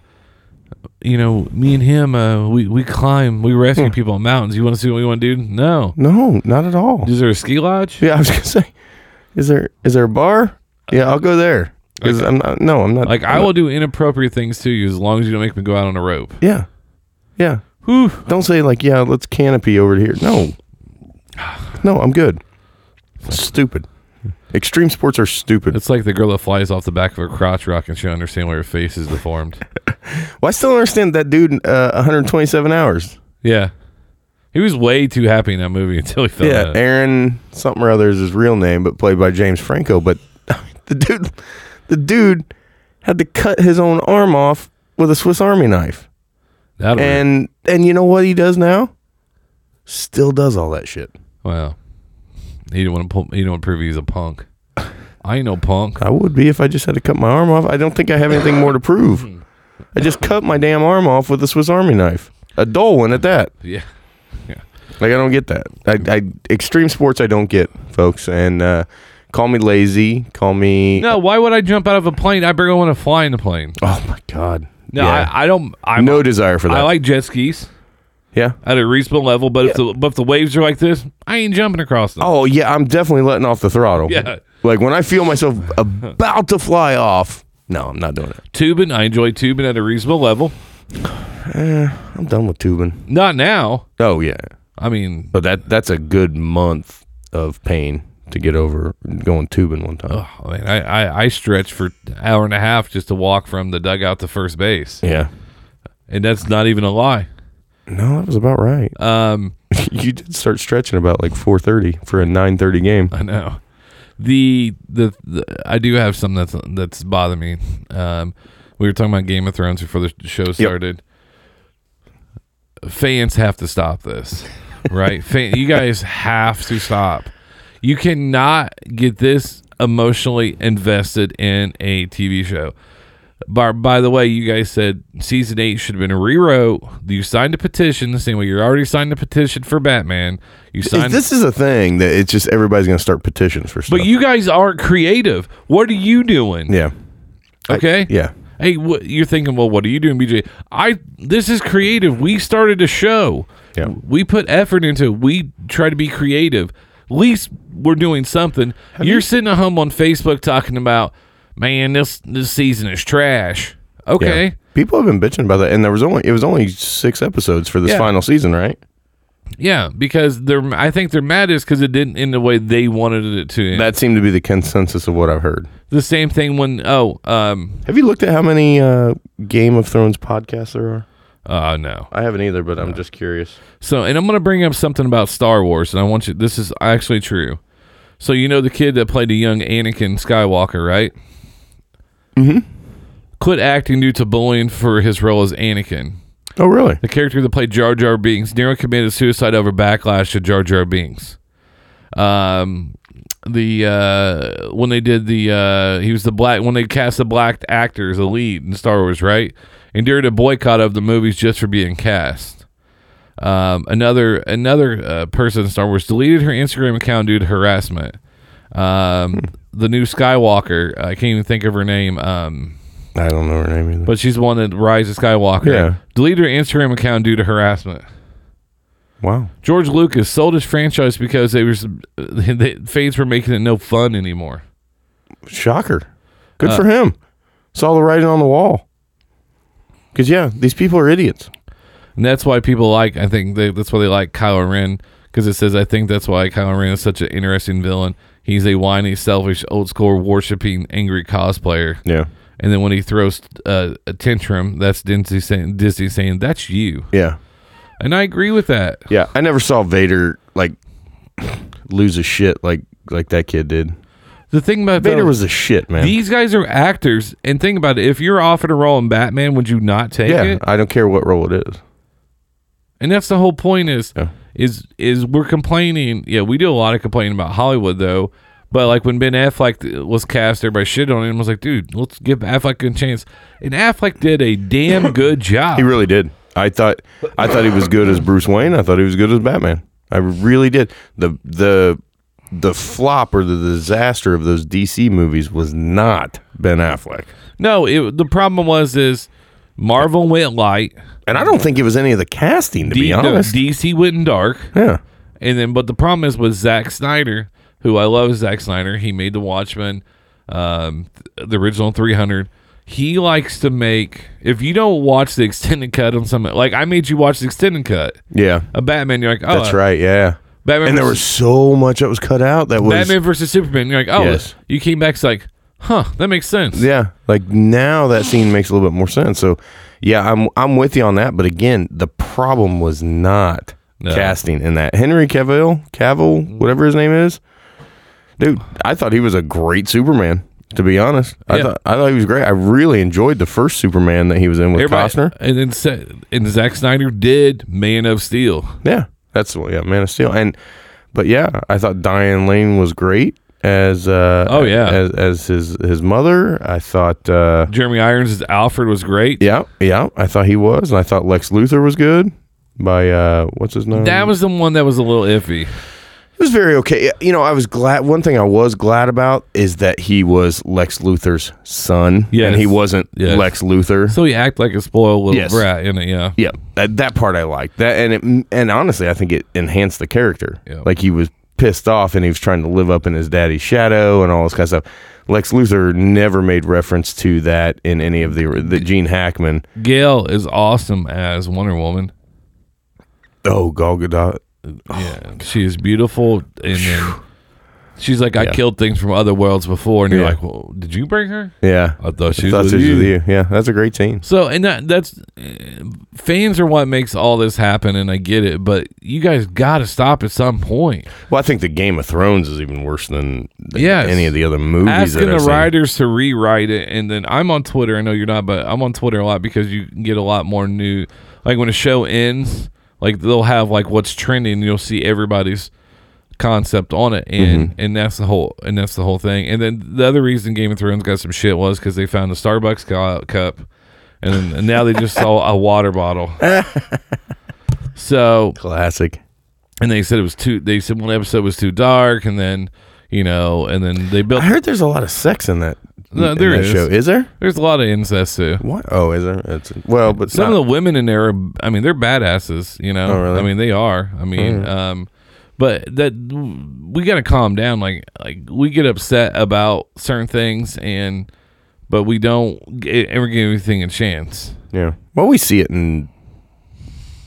S4: you know, me and him, uh, we we climb, we
S5: Hmm.
S4: rescue people on mountains. You want to see what we want to do? No.
S5: No, not at all.
S4: Is there a ski lodge?
S5: Yeah, I was gonna say, is there is there a bar? Yeah, I'll go there. 'Cause I'm not, no, I'm not.
S4: Like
S5: I'm
S4: I
S5: not-
S4: will do inappropriate things to you as long as you don't make me go out on a rope.
S5: Yeah, yeah. Don't say like, yeah, let's canopy over here. No, no, I'm good. Stupid. Extreme sports are stupid.
S4: It's like the girl that flies off the back of her crotch rock and she don't understand why her face is deformed.
S5: Well, I still don't understand that dude. Uh, 127 hours.
S4: yeah. He was way too happy in that movie until he fell
S5: yeah,
S4: out.
S5: Aaron something or other is his real name, but played by James Franco. But the dude, the dude had to cut his own arm off with a Swiss Army knife.
S4: That'll be-
S5: and and you know what he does now? Still does all that shit.
S4: Wow. He didn't want to pull, he didn't want to prove he's a punk. I ain't no punk.
S5: I would be if I just had to cut my arm off. I don't think I have anything more to prove. I just cut my damn arm off with a Swiss Army knife, a dull one at that.
S4: Yeah. Yeah.
S5: Like I don't get that. I, I extreme sports I don't get, folks. And uh, call me lazy. Call me.
S4: No, why would I jump out of a plane? I barely want to fly in a plane.
S5: Oh my god.
S4: No,
S5: Yeah.
S4: I, I don't I'm
S5: no desire for that.
S4: I like jet skis
S5: yeah.
S4: at a reasonable level, but if the but if the waves are like this, I ain't jumping across them.
S5: Oh yeah, I'm definitely letting off the throttle.
S4: Yeah.
S5: Like when I feel myself about to fly off. No, I'm not doing it.
S4: Tubing, I enjoy tubing at a reasonable level.
S5: Eh, I'm done with tubing.
S4: Not now.
S5: Oh yeah.
S4: I mean,
S5: But that that's a good month of pain to get over going tubing one time.
S4: I mean, oh, I, I, I stretch for an hour and a half just to walk from the dugout to first base.
S5: Yeah.
S4: And that's not even a lie.
S5: No, that was about right.
S4: Um,
S5: you did start stretching about like 4:30 for a 9:30 game.
S4: I know. The, the the I do have some that's that's bothering me. Um, we were talking about Game of Thrones before the show started. Fans have to stop this, right? Fan, you guys have to stop. You cannot get this emotionally invested in a TV show. By, by the way, you guys said season eight should have been rewrote. You signed a petition the same way you already signed a petition for Batman. You signed
S5: This is a thing that it's just everybody's going to start petitions for stuff.
S4: But you guys aren't creative. What are you doing?
S5: yeah.
S4: Okay.
S5: Yeah.
S4: Hey, wh- you're thinking, well, what are you doing, BJ? I this is creative. We started a show.
S5: Yeah.
S4: We put effort into. it. We try to be creative. least we're doing something. You're sitting at home on Facebook talking about, man, this this season is trash. Okay.
S5: Yeah. People have been bitching about that, and there was only it was only six episodes for this
S4: Yeah.
S5: final season, right?
S4: Yeah, because they're. I think they're mad is because it didn't end the way they wanted it to end.
S5: That seemed to be the consensus of what I've heard.
S4: the same thing when oh um
S5: Have you looked at how many uh, Game of Thrones podcasts there are?
S4: uh no
S5: I haven't either, but I'm just curious.
S4: so and I'm gonna bring up something about Star Wars and I want you. This is actually true. So you know the kid that played the young Anakin Skywalker, right?
S5: Mm-hmm.
S4: Quit acting due to bullying for his role as Anakin.
S5: Oh, really?
S4: The character that played Jar Jar Binks, Nero committed suicide over backlash to Jar Jar Binks. Um, the uh, when they did the uh, he was the black when they cast the black actor as the lead in Star Wars, right? Endured a boycott of the movies just for being cast. Um, another another uh, person in Star Wars deleted her Instagram account due to harassment. Um, the new Skywalker, I can't even think of her name. Um,
S5: I don't know her name either.
S4: but she's the one that Rise of Skywalker.
S5: Yeah.
S4: Deleted her Instagram account due to harassment.
S5: Wow.
S4: George Lucas sold his franchise because they were the fans were making it no fun anymore.
S5: Shocker. Good
S4: Uh,
S5: for him. Saw the writing on the wall. Because, yeah, these people are idiots.
S4: And that's why people like, I think they, that's why they like Kylo Ren because it says, I think that's why Kylo Ren is such an interesting villain. He's a whiny, selfish, old school, worshiping, angry cosplayer.
S5: Yeah.
S4: And then when he throws uh, a tantrum, that's Disney saying, Disney saying, that's you.
S5: Yeah.
S4: And I agree with that.
S5: Yeah. I never saw Vader, like, lose his shit like like that kid did.
S4: The thing about
S5: Vader
S4: those-
S5: was the shit, man.
S4: These guys are actors, and think about it. If you're offered a role in Batman, would you not take
S5: yeah.
S4: it?
S5: I don't care what role it is.
S4: And that's the whole point. Is is is we're complaining? Yeah, we do a lot of complaining about Hollywood, though. But like when Ben Affleck was cast, everybody shit on him. I was like, dude, let's give Affleck a chance. And Affleck did a damn good job.
S5: He really did. I thought I thought he was good as Bruce Wayne. I thought he was good as Batman. I really did. The the the flop or the disaster of those DC movies was not Ben Affleck.
S4: No, it, the problem was is Marvel went light,
S5: and I don't think it was any of the casting to be honest.
S4: DC went in dark.
S5: Yeah,
S4: and then but the problem is with Zack Snyder, who I love. Zack Snyder, he made the Watchmen, um, th- the original 300. He likes to make. If you don't watch the extended cut on something, like I made you watch the extended cut,
S5: Yeah.
S4: a Batman, you're like, oh,
S5: That's right, yeah.
S4: Batman
S5: and there was
S4: versus-
S5: so much that was cut out that was
S4: Batman versus Superman. You're like, oh,
S5: Yes.
S4: you came back, it's like, huh, that makes sense.
S5: Yeah, like now that scene makes a little bit more sense. So, yeah, I'm I'm with you on that. But again, the problem was not casting in that Henry Cavill, Cavill, whatever his name is, dude. I thought he was a great Superman. To be honest, I
S4: Yeah.
S5: thought I thought he was great. I really enjoyed the first Superman that he was in with
S4: Everybody-
S5: Costner.
S4: and then sa- and Zack Snyder did Man of Steel.
S5: Yeah, that's the one, yeah, Man of Steel. And but yeah, I thought Diane Lane was great as uh
S4: Oh, yeah.
S5: as, as his his mother. I thought uh
S4: Jeremy Irons as Alfred was great.
S5: Yeah, yeah, I thought he was, and I thought Lex Luthor was good by uh what's his name?
S4: That was the one that was a little iffy.
S5: It was very okay. You know, I was glad. One thing I was glad about is that he was Lex Luthor's son,
S4: Yes.
S5: and he wasn't
S4: Yes.
S5: Lex Luthor.
S4: So he act like a spoiled little
S5: Yes.
S4: brat, in it, yeah.
S5: Yeah, that, that part I liked. That and it, and honestly, I think it enhanced the character. Like he was pissed off and he was trying to live up in his daddy's shadow and all this kind of stuff. Lex Luthor never made reference to that in any of the the Gene Hackman.
S4: Gail is awesome as Wonder Woman.
S5: Oh, Gal Gadot.
S4: yeah, she is beautiful, and then she's like, "I
S5: Yeah.
S4: killed things from other worlds before," and you're
S5: Yeah.
S4: like, "Well, did you bring her?"
S5: Yeah,
S4: I thought she was with
S5: she
S4: you.
S5: Yeah, that's a great team.
S4: So, and that that's uh, fans are what makes all this happen, and I get it, but you guys got to stop at some point.
S5: Well, I think the Game of Thrones is even worse than, than
S4: Yes.
S5: any of the other movies.
S4: Asking
S5: that I've
S4: the
S5: seen.
S4: writers to rewrite it, and then I'm on Twitter. I know you're not, but I'm on Twitter a lot because you can get a lot more new. Like when a show ends, like they'll have like what's trending, and you'll see everybody's concept on it, and
S5: Mm-hmm.
S4: and that's the whole and that's the whole thing. And then the other reason Game of Thrones got some shit was because they found a Starbucks cu- cup, and, then, and now they just saw a water bottle. So
S5: classic.
S4: And they said it was too. They said one episode was too dark, and then you know, and then they built.
S5: I heard there's a lot of sex in that.
S4: No,
S5: in
S4: there
S5: that
S4: is.
S5: show. Is there?
S4: There's a lot of incest too.
S5: What? Oh, is there? It's, well, but
S4: Some
S5: not-
S4: of the women in there, are, I mean, they're badasses. You know,
S5: Oh, really?
S4: I mean, they are. I mean,
S5: Mm.
S4: um, but that we got to calm down like like we get upset about certain things and but we don't g ever give anything a chance
S5: Yeah. Well, we see it in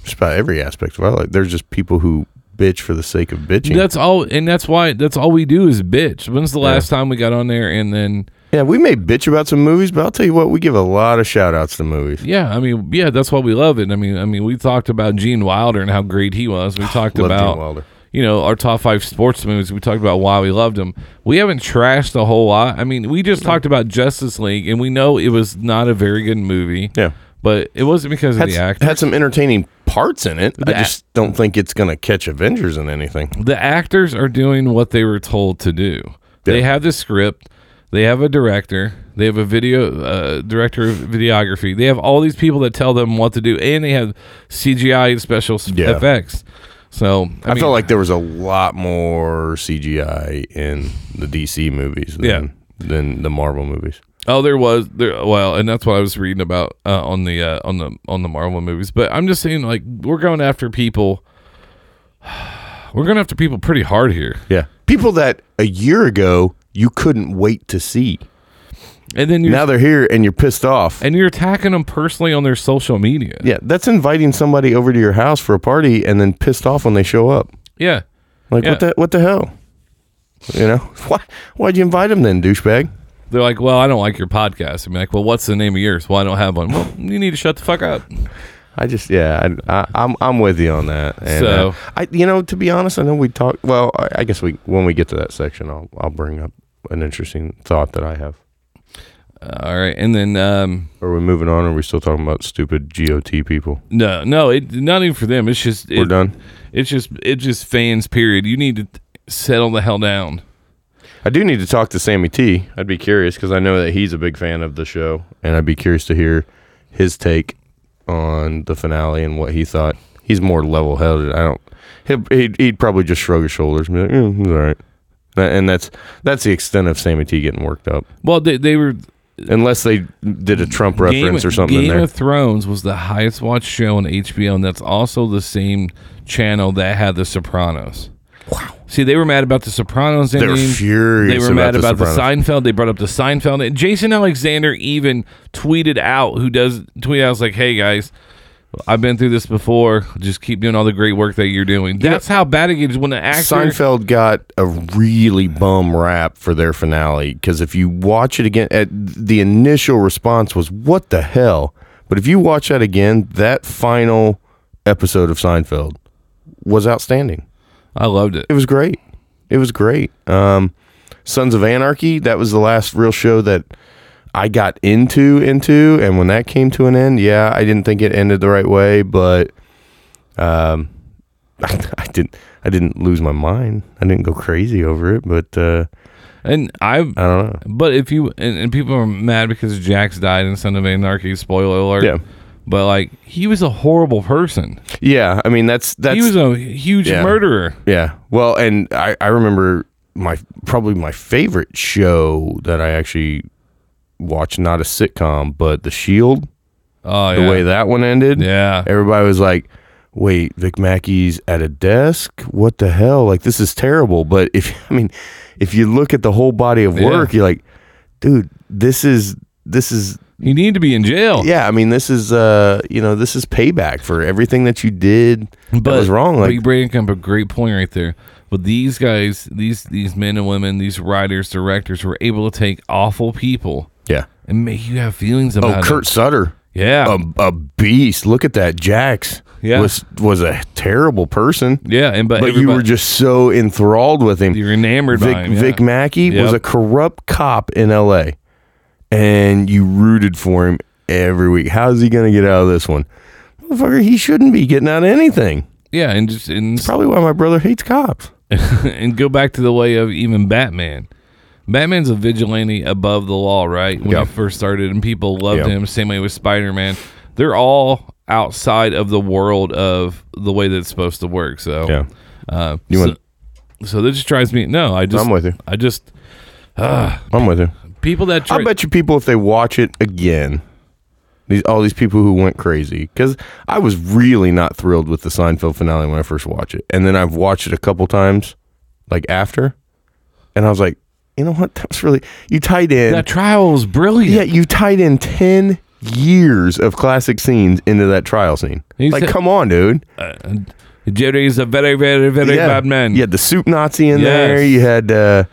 S5: just about every aspect of our life. There's just people who bitch for the sake of bitching.
S4: that's all and that's why that's all we do is bitch when's the last time we got on there and then
S5: yeah, we may bitch about some movies, but I'll tell you what, we give a lot of shout outs to movies.
S4: yeah i mean yeah that's why we love it i mean i mean we talked about gene wilder and how great he was we talked
S5: Love Gene
S4: about
S5: Wilder.
S4: you know our top five sports movies we talked about why we loved them we haven't trashed a whole lot i mean we just talked about justice league and we know it was not a very good movie
S5: yeah
S4: but it wasn't because of
S5: Had,
S4: the
S5: s-
S4: actor
S5: had some entertaining parts in it.
S4: The
S5: I
S4: ac-
S5: just don't think it's going to catch Avengers in anything.
S4: the actors are doing what they were told to do. They have the script, they have a director, they have a video uh, director of videography. They have all these people that tell them what to do, and they have CGI and special s-
S5: Yeah.
S4: effects. So
S5: I, felt like there was a lot more CGI in the DC movies than,
S4: Yeah.
S5: than the Marvel movies.
S4: Oh, there was there. Well, and that's what I was reading about uh, on the uh, on the on the Marvel movies. But I'm just saying, like, we're going after people. We're going after people pretty hard here.
S5: Yeah. People that a year ago you couldn't wait to see.
S4: And then you're,
S5: now they're here and you're pissed off.
S4: And you're attacking them personally on their social media.
S5: Yeah, that's inviting somebody over to your house for a party and then pissed off when they show up.
S4: Yeah.
S5: Like
S4: Yeah.
S5: what the what the hell? You know why? Why'd you invite him then, douchebag?
S4: They're like, well, I don't like your podcast. I'm like, well, what's the name of yours? Well, I don't have one. Well, you need to shut the fuck up.
S5: I just yeah, I, I, I'm I'm with you on that. And, uh,
S4: So-
S5: I you know to be honest, I know we talked. Well, I, I guess we when we get to that section, I'll I'll bring up an interesting thought that I have.
S4: Uh, All right, and then um,
S5: are we moving on? Or are we still talking about stupid GOT people?
S4: No, no, it not even for them. It's just
S5: We're
S4: it-
S5: done?
S4: It's just it's just fans. Period. You need to settle the hell down.
S5: I do need to talk to Sammy T. I'd be curious because I know that he's a big fan of the show, and I'd be curious to hear his take on the finale and what he thought. He's more level-headed. I don't. He'd, he'd, he'd probably just shrug his shoulders and be like, "Mm, it's all right." That- And that's that's the extent of Sammy T getting worked up.
S4: Well, they they were
S5: Unless they did a Trump reference
S4: Game,
S5: or something in
S4: Game
S5: there.
S4: of Thrones was the highest watched show on HBO, and that's also the same channel that had The Sopranos. Wow. See, they were mad about The Sopranos
S5: They're
S4: ending.
S5: furious
S4: They were
S5: about
S4: mad
S5: The
S4: about the,
S5: Sopranos.
S4: Seinfeld. They brought up the Seinfeld. And Jason Alexander even tweeted out, who does tweet out, was like, hey guys, I've been through this before. Just keep doing all the great work that you're doing. That's how bad it gets when an actor.
S5: Seinfeld got a really bum rap for their finale because if you watch it again, at, the initial response was "What the hell?" But if you watch that again, that final episode of Seinfeld was outstanding.
S4: I loved it.
S5: It was great. It was great. Um, Sons of Anarchy. That was the last real show that I got into into, and when that came to an end, yeah, I didn't think it ended the right way, but um, I, didn't. I didn't lose my mind. I didn't go crazy over it, but uh,
S4: And I've
S5: I don't know.
S4: But if you and, and people are mad because Jax died in Son of Anarchy, spoiler alert.
S5: Yeah.
S4: But like he was a horrible person.
S5: Yeah, I mean that's that's
S4: he was a huge
S5: Yeah.
S4: murderer.
S5: Yeah. Well, and I, I remember my probably my favorite show that I actually watched, not a sitcom, but The Shield.
S4: Oh,
S5: The
S4: yeah.
S5: way that one ended.
S4: Yeah.
S5: Everybody was like, wait, Vic Mackey's at a desk? What the hell? Like, this is terrible. But if, I mean, if you look at the whole body of
S4: Yeah.
S5: work, you're like, dude, this is, this is,
S4: you need to be in jail.
S5: Yeah, I mean, this is uh, you know, this is payback for everything that you did that was wrong.
S4: but
S5: Like,
S4: you bring up a great point right there. But these guys, these these men and women, these writers, directors were able to take awful people
S5: yeah.
S4: and make you have feelings about
S5: Oh,
S4: them.
S5: Kurt Sutter.
S4: Yeah.
S5: A, a beast. Look at that. Jax
S4: Yeah.
S5: was was a terrible person.
S4: Yeah, and but,
S5: But, you were
S4: everybody-
S5: just so enthralled with him.
S4: You're enamored by
S5: Vic,
S4: him, yeah.
S5: Vic Mackey was
S4: Yep.
S5: a corrupt cop in LA. And you rooted for him every week. How's he gonna get out of this one? Motherfucker, he shouldn't be getting out of anything.
S4: yeah, and just and
S5: Probably why my brother hates cops.
S4: and go back to the way of even Batman. Batman's a vigilante above the law, right? When
S5: Yeah.
S4: he first started, and people loved
S5: Yeah.
S4: him. Same way with Spider Man. They're all outside of the world of the way that it's supposed to work. So,
S5: Yeah.
S4: uh,
S5: You
S4: so,
S5: want-
S4: so that just drives me. No, I just.
S5: I'm with you.
S4: I just. Uh,
S5: I'm with you.
S4: people that.
S5: I bet you people if they watch it again, These all these people who went crazy because I was really not thrilled with the Seinfeld finale when I first watched it, and then I've watched it a couple times, like after, and I was like, you know what? That was really you tied in
S4: That trial was brilliant.
S5: Yeah, you tied in ten years of classic scenes into that trial scene.
S4: He's
S5: like,
S4: a-
S5: come on, dude.
S4: Uh, Jerry is a very, very, very
S5: yeah.
S4: bad man.
S5: You had the soup Nazi in
S4: Yes.
S5: there. You had uh,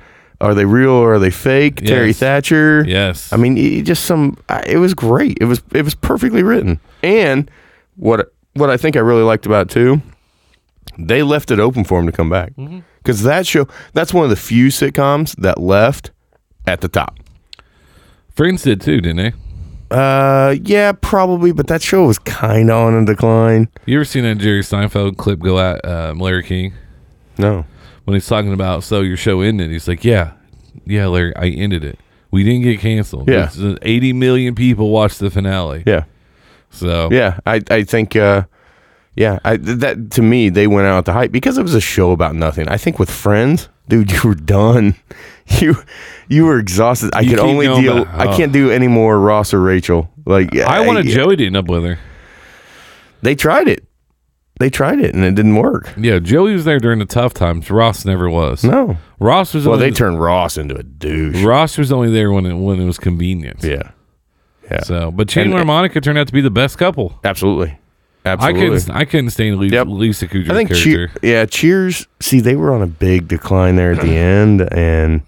S5: are they real or are they fake? Terry
S4: Yes.
S5: Thatcher.
S4: Yes.
S5: I mean, it, just some. I- It was great. It was it was perfectly written. And what what I think I really liked about it too, they left it open for him to come back
S4: Mm-hmm.
S5: because that show that's one of the few sitcoms that left at the top.
S4: Friends did too, didn't they?
S5: Uh, yeah, probably. But that show was kind of on a decline.
S4: You ever seen that Jerry Seinfeld clip go at um, Larry King?
S5: No.
S4: When he's talking about so your show ended, he's like, "Yeah, yeah, Larry, I ended it. We didn't get canceled.
S5: Yeah.
S4: This is- eighty million people watched the finale.
S5: Yeah.
S4: so
S5: Yeah, I I think uh, yeah, I th- that to me they went out the hype because it was a show about nothing. I think with friends, dude, you were done. You you were exhausted. I
S4: You
S5: could
S4: keep
S5: only
S4: going
S5: deal.
S4: back.
S5: I
S4: Oh.
S5: can't do any more Ross or Rachel. Like
S4: I wanted Joey to end up with her.
S5: They tried it. They tried it and it didn't work.
S4: Yeah, Joey was there during the tough times. Ross never was.
S5: No,
S4: Ross was.
S5: Well,
S4: only,
S5: they turned Ross into a douche.
S4: Ross was only there when it when it was convenient.
S5: Yeah, yeah.
S4: So, but
S5: And-
S4: Chandler
S5: uh,
S4: and Monica turned out to be the best couple.
S5: Absolutely,
S4: I
S5: absolutely.
S4: couldn't I couldn't stand Lisa, Lisa Kudrow's
S5: I think
S4: character.
S5: cheer, yeah, Cheers. See, they were on a big decline there at the end, and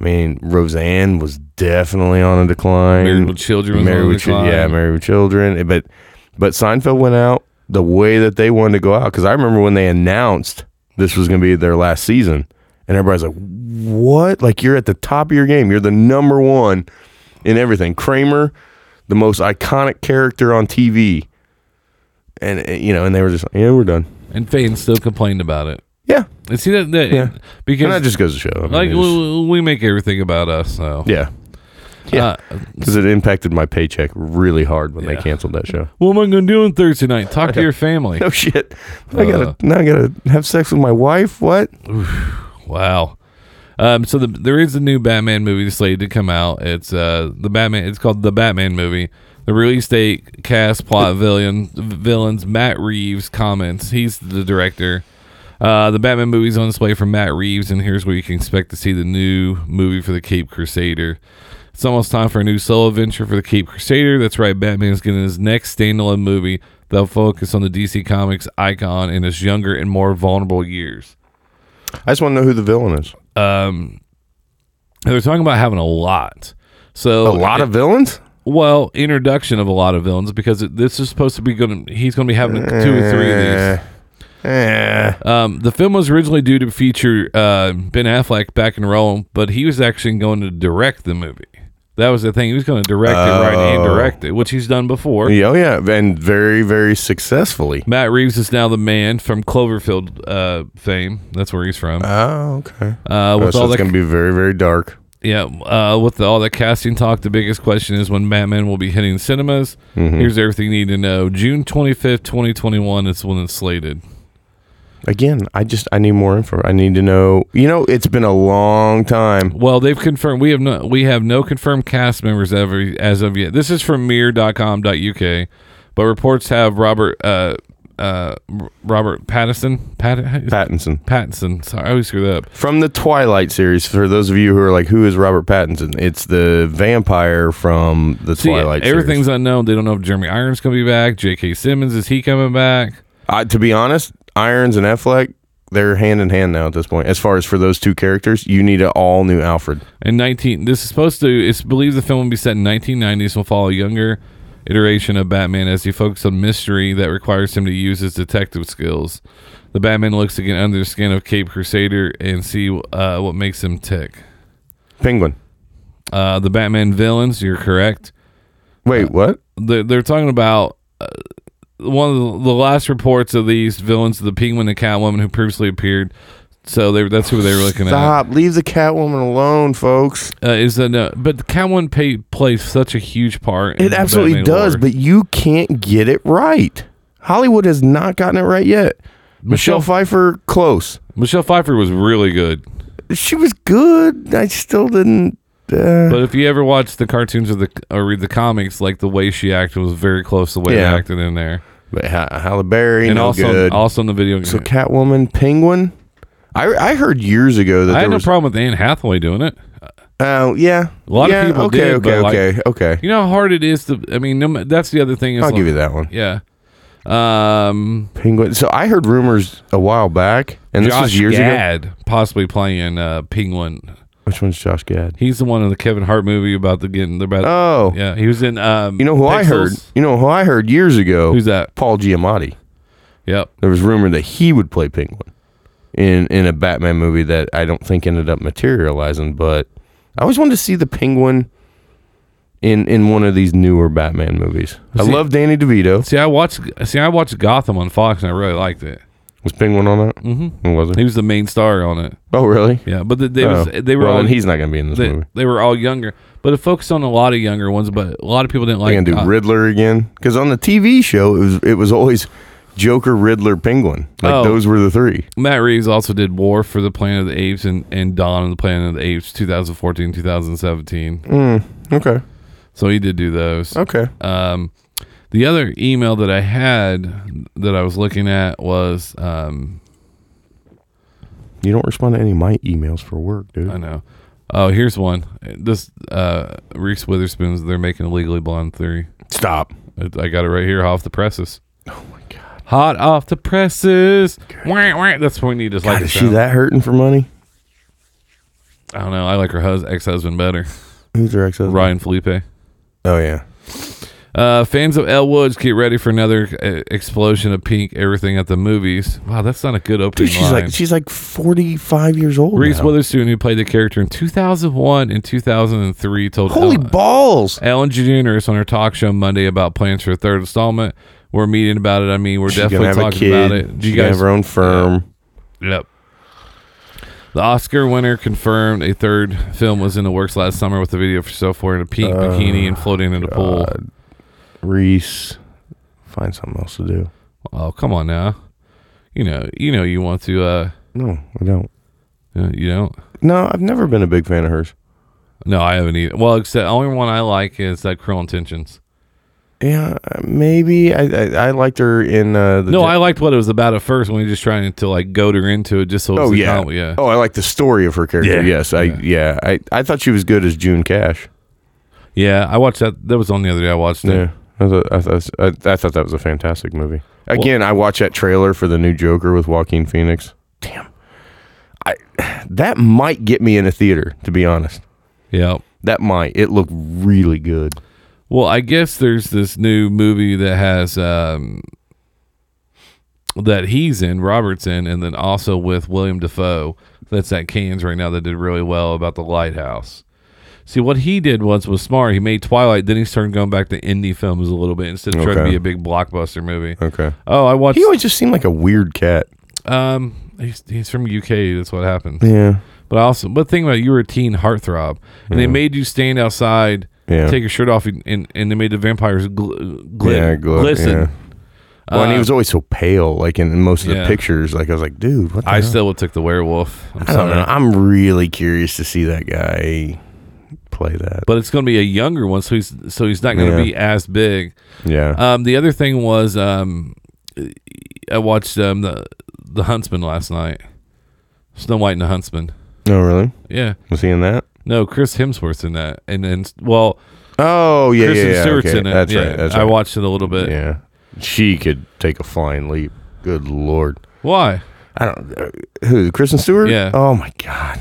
S5: I mean Roseanne was definitely on a decline.
S4: Married with Children was
S5: Married
S4: on a
S5: with Chi- yeah,
S4: decline.
S5: Married with Children. eh, But but Seinfeld went out the way that they wanted to go out because I remember when they announced this was going to be their last season, and everybody's like, "What? Like you're at the top of your game. You're the number one in everything." Kramer, the most iconic character on TV. And uh, you know, and they were just like, yeah, we're done.
S4: and fans still complained about it.
S5: Yeah,
S4: and see that, that
S5: Yeah.
S4: because
S5: And that just goes to show, I mean,
S4: like
S5: it just-
S4: we, we make everything about us. So Uh,
S5: Yeah. Yeah. Because it impacted my paycheck really hard when
S4: Yeah.
S5: they canceled that show.
S4: what am I going to do on Thursday night? Talk to your family.
S5: No shit. I gotta now I gotta have sex with my wife. What?
S4: Wow. Um, so the, there is a new Batman movie slated to come out. It's uh, the Batman. It's called the Batman movie. The release date, cast, plot, villain, villains. Matt Reeves comments. He's the director. Uh, the Batman movie's on display from Matt Reeves, and here's where you can expect to see the new movie for the Cape Crusader. It's almost time for a new solo venture for the Cape Crusader. That's right, Batman's getting his next standalone movie that'll focus on the DC Comics icon in his younger and more vulnerable years
S5: I just want to know who the villain is.
S4: um they're talking about having a lot so
S5: A lot of villains
S4: well introduction of a lot of villains because it, this is supposed to be gonna he's gonna be having two or three
S5: Eh,
S4: of these um, the film was originally due to feature uh, Ben Affleck back in Rome, but he was actually going to direct the movie. That was the thing; he was going to direct it, right, and
S5: Oh.
S4: direct it, which he's done before.
S5: Yeah, Oh yeah, and very very successfully.
S4: Matt Reeves is now the man from Cloverfield uh, fame. That's where he's from.
S5: Oh, okay.
S4: Uh, with
S5: so it's
S4: all the
S5: gonna be very very dark.
S4: Yeah, uh, with all the casting talk, the biggest question is when Batman will be hitting cinemas.
S5: Mhm.
S4: Here's everything you need to know. June 25th, 2021 is when it's slated.
S5: Again, I just I need more info. I need to know. You know, it's been a long time.
S4: Well, they've confirmed we have no we have no confirmed cast members ever as of yet. This is from mirror.com.uk, but reports have Robert uh uh R- Robert Pattinson Pat-
S5: Pattinson.
S4: Pattinson. Sorry, I always screw that up.
S5: From the Twilight series, for those of you who are like, who is Robert Pattinson? It's the vampire from the
S4: See,
S5: Twilight series.
S4: everything's unknown. They don't know if Jeremy Irons going to be back. J.K. Simmons is he coming back?
S5: I, to be honest, Irons and Affleck, they're hand in hand now at this point. As far as for those two characters, you need an all new Alfred.
S4: In 19, this is supposed to, it's believed the film will be set in 1990s and will follow a younger iteration of Batman as he focuses on mystery that requires him to use his detective skills. The Batman looks again under the skin of Cape Crusader and see uh, what makes him tick.
S5: Penguin.
S4: Uh, the Batman villains, you're correct. Uh,
S5: Wait, what?
S4: They're, they're talking about uh, one of the, the last reports of these villains, the Penguin and Catwoman who previously appeared. So they, that's who they were looking at.
S5: Stop. Leave the Catwoman alone, folks.
S4: uh, is that no? But the Catwoman pay, plays such a huge part. in
S5: It
S4: the
S5: absolutely
S4: Batman
S5: does,
S4: lore.
S5: but you can't get it right. Hollywood has not gotten it right yet. Michelle,
S4: Michelle-
S5: Pfeiffer, close.
S4: Michelle Pfeiffer was really good.
S5: She was good. I still didn't uh,
S4: But if you ever watch the cartoons or the or read the comics, like the way she acted was very close to the way
S5: Yeah.
S4: they acted in there.
S5: But Ha- Halle Berry,
S4: and
S5: no
S4: also
S5: good.
S4: also in the video game.
S5: so Catwoman, Penguin. I I heard years ago that
S4: I
S5: there
S4: had no
S5: was.
S4: problem with Anne Hathaway doing it.
S5: Oh yeah,
S4: A lot
S5: Yeah,
S4: of people
S5: okay,
S4: did.
S5: okay,
S4: but, like,
S5: okay, okay.
S4: You know how hard it is to. I mean, no, ma- that's the other thing. Is
S5: I'll
S4: like-
S5: give you that one.
S4: Yeah. Um,
S5: Penguin. So I heard rumors a while back, and this
S4: Josh
S5: was years ago.
S4: Gad possibly playing uh, Penguin.
S5: Which one's Josh Gad?
S4: He's the one in the Kevin Hart movie about the getting the bad.
S5: Oh.
S4: yeah, he was in. Um,
S5: You know who I
S4: Pixels.
S5: heard? You know who I heard years ago?
S4: Who's that?
S5: Paul Giamatti.
S4: Yep.
S5: There was rumor that he would play Penguin in in a Batman movie that I don't think ended up materializing, but I always wanted to see the Penguin in in one of these newer Batman movies. I
S4: See-
S5: love Danny DeVito.
S4: See, I watched. See, I watched Gotham on Fox, and I really liked it.
S5: Was Penguin on that?
S4: Mm-hmm.
S5: Was it?
S4: He was the main star on it.
S5: Oh, really?
S4: Yeah, but they, they, was,
S5: Oh.
S4: they were.
S5: Well,
S4: all,
S5: then he's not gonna be in this
S4: they,
S5: movie.
S4: They were all younger, but it focused on a lot of younger ones. But a lot of people didn't
S5: They're
S4: like.
S5: gonna do
S4: uh,
S5: Riddler again because on the TV show it was it was always Joker, Riddler, Penguin. Like
S4: Oh.
S5: those were the three.
S4: Matt Reeves also did War for the Planet of the Apes and, and Dawn of the Planet of the Apes 2014 2017.
S5: Mm, okay.
S4: So he did do those.
S5: Okay.
S4: Um, the other email that I had that I was looking at was um,
S5: You don't respond to any of my emails for work, dude.
S4: I know. Oh, here's one. This uh, Reese Witherspoon's. They're making a Legally Blonde three.
S5: Stop.
S4: I I got it right here, off the presses. Oh my god. Hot off the presses. Wah, wah. That's when you just like
S5: God,
S4: the
S5: is she
S4: sound.
S5: that hurting for money?
S4: I don't know. I like her hus- ex-husband better.
S5: Who's her ex-husband?
S4: Ryan Felipe.
S5: Oh yeah.
S4: Uh, fans of Elle Woods get ready for another uh, explosion of pink everything at the movies. Wow, that's not a good opening
S5: Dude, she's
S4: line.
S5: like she's like forty five years old.
S4: Reese
S5: now.
S4: Witherspoon, who played the character in 2001 and 2003, told
S5: Holy
S4: Ellen,
S5: balls!
S4: Ellen DeGeneres on her talk show Monday about plans for a third installment. We're meeting about it. I mean, we're
S5: She's gonna
S4: definitely
S5: have a
S4: talking
S5: kid.
S4: about it. Do
S5: She's
S4: you
S5: gonna
S4: guys
S5: have her own firm.
S4: Yep. The Oscar winner confirmed a third film was in the works last summer with the video for so far in a
S5: Oh,
S4: pink bikini and floating in a pool.
S5: Reese, find something else to do.
S4: Oh, come on now. You know, you know you want to uh
S5: No, I don't.
S4: uh, you don't.
S5: No, I've never been a big fan of hers.
S4: No, I haven't either. Well, except the only one I like is uh, Cruel Intentions.
S5: Yeah, maybe I I, I liked her in uh, the
S4: no, I liked what it was about at first when we were just trying to like goad her into it just so it was
S5: Oh
S4: a
S5: yeah.
S4: comedy, yeah.
S5: Oh, I like the story of her character.
S4: Yeah.
S5: Yes, I yeah. I, I thought she was good as June Cash.
S4: Yeah, I watched that that was on the other day I watched it.
S5: Yeah. I thought, I, thought, I, I thought that was a fantastic movie. Again, I watched that trailer for the new Joker with Joaquin Phoenix. Damn. I that might get me in a theater, to be honest.
S4: Yeah.
S5: That might. It looked really good.
S4: Well, I guess there's this new movie that has um, that he's in Robertson, and then also with William Defoe. That's at Cannes right now. That did really well about the Lighthouse. See what he did once was smart. He made Twilight, then he started going back to indie films a little bit instead of trying to
S5: Okay.
S4: be a big blockbuster movie.
S5: Okay.
S4: Oh, I watched.
S5: He always just seemed like a weird cat.
S4: Um, he's, he's from UK. That's what happened.
S5: Yeah.
S4: But also, but think about it, you were a teen heartthrob, and they
S5: Yeah.
S4: made you stand outside,
S5: Yeah.
S4: take your shirt off, and, and, and they made the vampires gl- gl-
S5: yeah, gl-
S4: glisten.
S5: yeah. Well, and he
S4: Uh,
S5: was always so pale, like in, in most of
S4: yeah.
S5: the pictures. Like I was like, dude, what the
S4: I
S5: hell?
S4: still would took the werewolf. I'm
S5: I don't
S4: sorry.
S5: know. I'm really curious to see that guy play that.
S4: But it's going to be a younger one, so he's so he's not going to
S5: Yeah.
S4: be as big.
S5: Yeah.
S4: Um, the other thing was, um, I watched um the the Huntsman last night, Snow White and the Huntsman.
S5: Oh, really?
S4: Yeah.
S5: Was he in that?
S4: No, Chris Hemsworth's in that, and then well,
S5: Oh yeah,
S4: Kristen
S5: yeah, yeah.
S4: Stewart's
S5: okay.
S4: in it.
S5: That's
S4: Yeah,
S5: right. That's
S4: I
S5: right.
S4: watched it a little bit.
S5: Yeah, she could take a flying leap. Good lord.
S4: Why?
S5: I don't. Uh, who? Kristen Stewart?
S4: Yeah.
S5: Oh my god.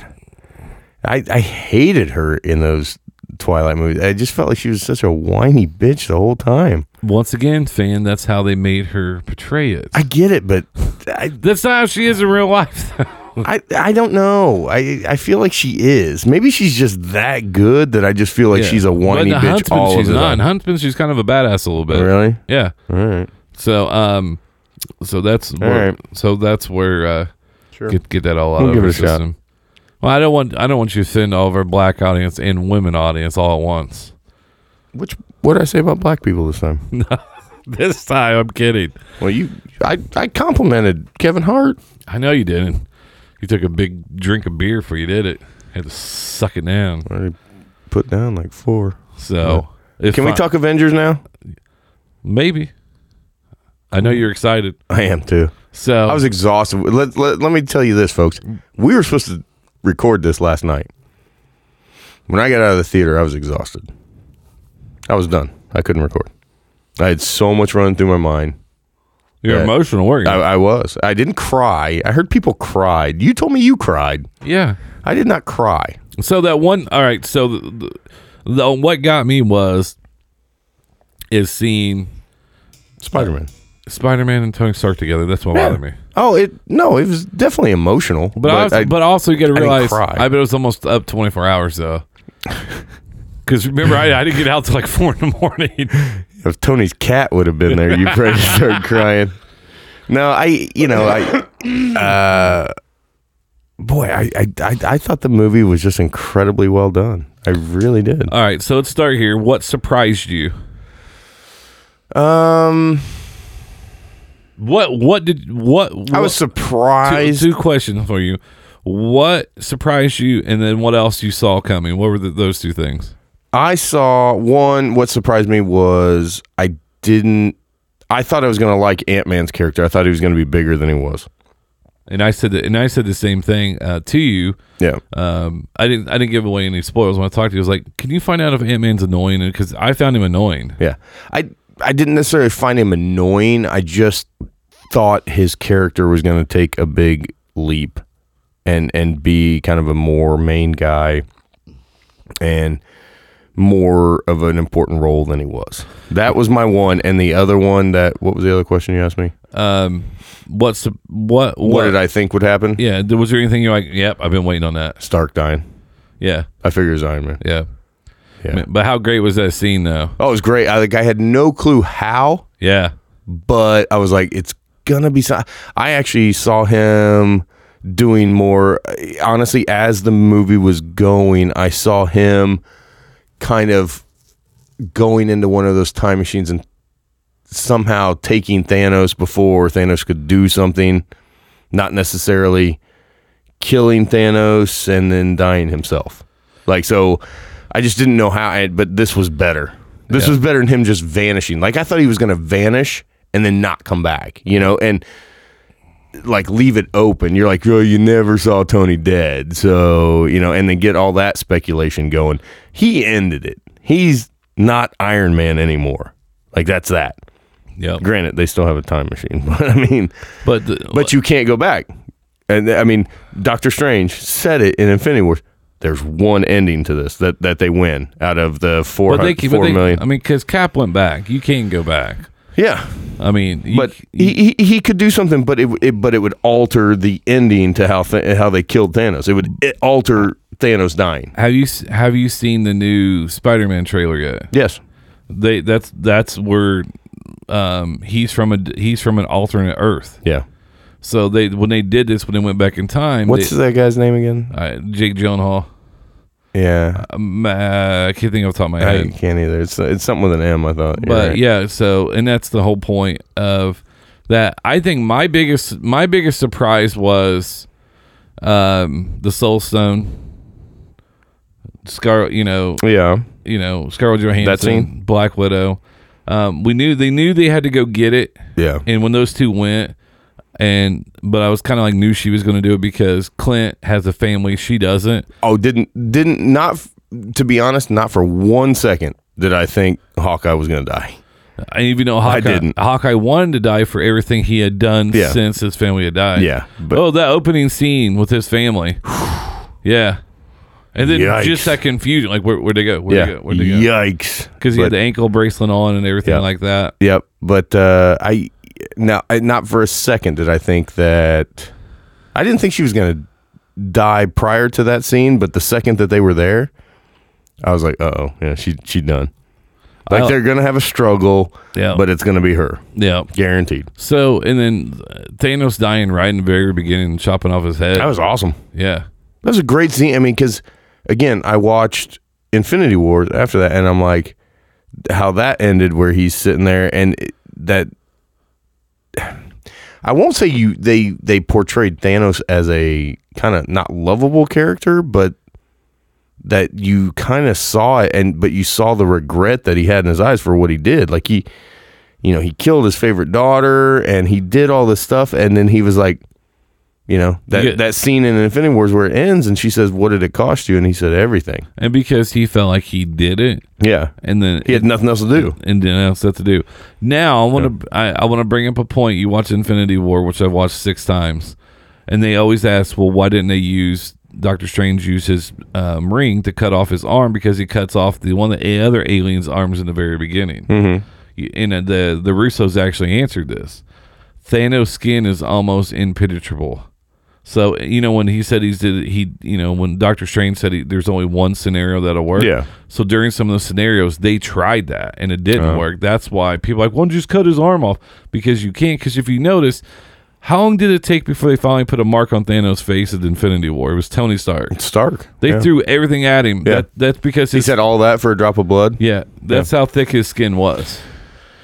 S5: I I hated her in those Twilight movies. I just felt like she was such a whiny bitch the whole time.
S4: Once again, fan, that's how they made her portray it.
S5: I get it, but I,
S4: that's not how she is in real life.
S5: I I don't know. I I feel like she is. Maybe she's just that good that I just feel like
S4: Yeah.
S5: she's a whiny
S4: But in
S5: bitch
S4: Huntsman,
S5: all
S4: she's
S5: of the
S4: not.
S5: time.
S4: In Huntsman, she's kind of a badass a little bit.
S5: Really?
S4: Yeah.
S5: All right.
S4: So um, so that's
S5: All
S4: where,
S5: right.
S4: so that's where uh,
S5: Sure.
S4: get get that all out
S5: We'll
S4: of
S5: give
S4: our
S5: it a shot.
S4: system. Well, I don't want I don't want you to send all of our black audience and women audience all at once.
S5: Which what did I say about black people this time?
S4: this time, I'm kidding.
S5: Well, you I I complimented Kevin Hart.
S4: I know you didn't. You took a big drink of beer before you did it. Had to suck it down.
S5: put down like four.
S4: So,
S5: Yeah.
S4: Oh. if
S5: can we
S4: I-
S5: talk Avengers now?
S4: Maybe. I Oh. know you're excited.
S5: I am too.
S4: So
S5: Mm. I was exhausted. Let, let, let me tell you this, folks. We were supposed to record this last night. When I got out of the theater, I was exhausted. I was done. I couldn't record. I had so much running through my mind.
S4: You're
S5: that-
S4: emotional, weren't you?
S5: uh, I, I was. I didn't cry. I heard people cried. You told me you cried.
S4: Yeah.
S5: I did not cry.
S4: So that one, all right. So the, the, the what got me was is seeing
S5: Spider Man,
S4: Spider Man, and Tony Stark together. That's what
S5: Yeah.
S4: bothered me.
S5: Oh, it no, it was definitely emotional.
S4: But, I, was- but also you got to
S5: didn't
S4: realize
S5: cry.
S4: I bet it was almost up 24 hours though. Because remember, I, I didn't get out till like four in the morning.
S5: if Tony's cat would have been there, you probably start crying. No, I, you know, I, uh, boy, I, I, I, I thought the movie was just incredibly well done. I really did.
S4: All right, so let's start here. What surprised you?
S5: Um,
S4: what what did what,
S5: I was
S4: what-
S5: surprised.
S4: Two, two questions for you. What surprised you, and then what else you saw coming? What were the, those two things?
S5: I saw one. What surprised me was I didn't. I thought I was going to like Ant Man's character. I thought he was going to be bigger than he was.
S4: And I said that, and I said the same thing uh, to you.
S5: Yeah.
S4: Um, I didn't I didn't give away any spoilers when I talked to you. I was like, can you find out if Ant Man's annoying? Because I found him annoying.
S5: Yeah. I I didn't necessarily find him annoying. I just thought his character was going to take a big leap and and be kind of a more main guy and more of an important role than he was. That was my one and the other one that what was the other question you asked me?
S4: Um, what's the- what, what
S5: What, did I think would happen?
S4: Yeah. th- Was there anything you're like? Yep, I've been waiting on that.
S5: Stark dying.
S4: Yeah.
S5: I figure it was Iron Man.
S4: Yeah.
S5: Yeah.
S4: But how great was that scene though?
S5: Oh, it was great. I like I had no clue how
S4: Yeah.
S5: but I was like, it's gonna be. So-. I actually saw him doing more. Honestly, as the movie was going, I saw him kind of going into one of those time machines and somehow taking Thanos before Thanos could do something, not necessarily killing Thanos and then dying himself. Like so, I just didn't know how. I, but this was better. This
S4: Yeah.
S5: was better than him just vanishing. Like I thought he was going to vanish and then not come back. You know, and like leave it open. You're like, oh, you never saw Tony dead, so you know, and then get all that speculation going. He ended it. He's not Iron Man anymore. Like that's that.
S4: Yeah.
S5: Granted, they still have a time machine, but I mean,
S4: but
S5: but you can't go back. And I mean, Doctor Strange said it in Infinity Wars. There's one ending to this that that they win out of the four
S4: But they,
S5: hundred
S4: keep-
S5: four
S4: but they,
S5: million.
S4: I mean, because Cap went back. You can't go back.
S5: Yeah.
S4: I mean, you,
S5: but he, he he could do something, but it, it but it would alter the ending to how th- how they killed Thanos. It would it alter Thanos dying.
S4: have you s- have you seen the new Spider-Man trailer yet?
S5: Yes.
S4: They that's that's where um he's from a d- he's from an alternate Earth.
S5: Yeah.
S4: So they when they did this when they went back in time.
S5: What's
S4: they,
S5: that guy's name again?
S4: uh, Jake Gyllenhaal.
S5: Yeah,
S4: Um, uh, I can't think off the top of my
S5: I
S4: head.
S5: can't either. It's it's something with an M. I thought, You're
S4: but
S5: right.
S4: yeah so and that's the whole point of that i think my biggest my biggest surprise was um the soul stone scarlet you know
S5: yeah
S4: you know scarlett johansson
S5: That scene?
S4: black widow um we knew they knew they had to go get it
S5: Yeah.
S4: and when those two went and but i was kind of like knew she was going to do it because clint has a family she doesn't
S5: Oh, didn't didn't not f- to be honest, not for one second did I think Hawkeye was going to die.
S4: I even though Hawkeye,
S5: didn't.
S4: Hawkeye wanted to die for everything he had done
S5: Yeah.
S4: since his family had died.
S5: Yeah,
S4: oh, that opening scene with his family. yeah. And then
S5: Yikes.
S4: just that confusion, like where, where'd they go? Where'd
S5: Yeah.
S4: they go? Where'd they go?
S5: Yikes.
S4: Because he had
S5: But-
S4: the ankle bracelet on and everything
S5: Yeah.
S4: like that.
S5: Yep, but uh, I now I- not for a second did I think that I didn't think she was going to die prior to that scene, but the second that they were there, I was like, oh, yeah, she she done. Like
S4: I-
S5: they're going to have a struggle,
S4: Yeah.
S5: but it's going to be her,
S4: Yeah.
S5: guaranteed.
S4: So, and then uh, Thanos dying right in the very beginning, chopping off his head.
S5: That was awesome.
S4: Yeah.
S5: That was a great scene. I mean, because again, I watched Infinity War after that, and I'm like, how that ended, where he's sitting there, and it- that I won't say you they they portrayed Thanos as a kind of not lovable character, but that you kind of saw it and but you saw the regret that he had in his eyes for what he did like he you know he killed his favorite daughter and he did all this stuff and then he was like you know that
S4: get-
S5: that scene in Infinity Wars where it ends and she says what did it cost you and he said everything
S4: And because he felt like he did it,
S5: yeah
S4: and then
S5: he had nothing else to do
S4: and nothing else to do. Now I want to I, I want to bring up a point. You watch Infinity War, which I watched six times, and they always ask, well, why didn't they use Doctor Strange use his um, ring to cut off his arm because he cuts off the one of the other alien's arms in the very beginning.
S5: Mhm.
S4: You- And uh, the the Russos actually answered this. Thanos' skin is almost impenetrable. So you know when he said he's did he you know when Doctor Strange said he, there's only one scenario that'll work.
S5: Yeah.
S4: So during some of those scenarios, they tried that and it didn't
S5: Uh-huh.
S4: work. That's why people are like, well, just cut his arm off because you can't. Because if you notice, how long did it take before they finally put a mark on Thanos' face at Infinity War? It was Tony Stark.
S5: Stark.
S4: They
S5: Yeah.
S4: threw everything at him.
S5: Yeah.
S4: That, that's because
S5: he
S4: his,
S5: said all that for a drop of blood
S4: yeah, that's how thick his skin was.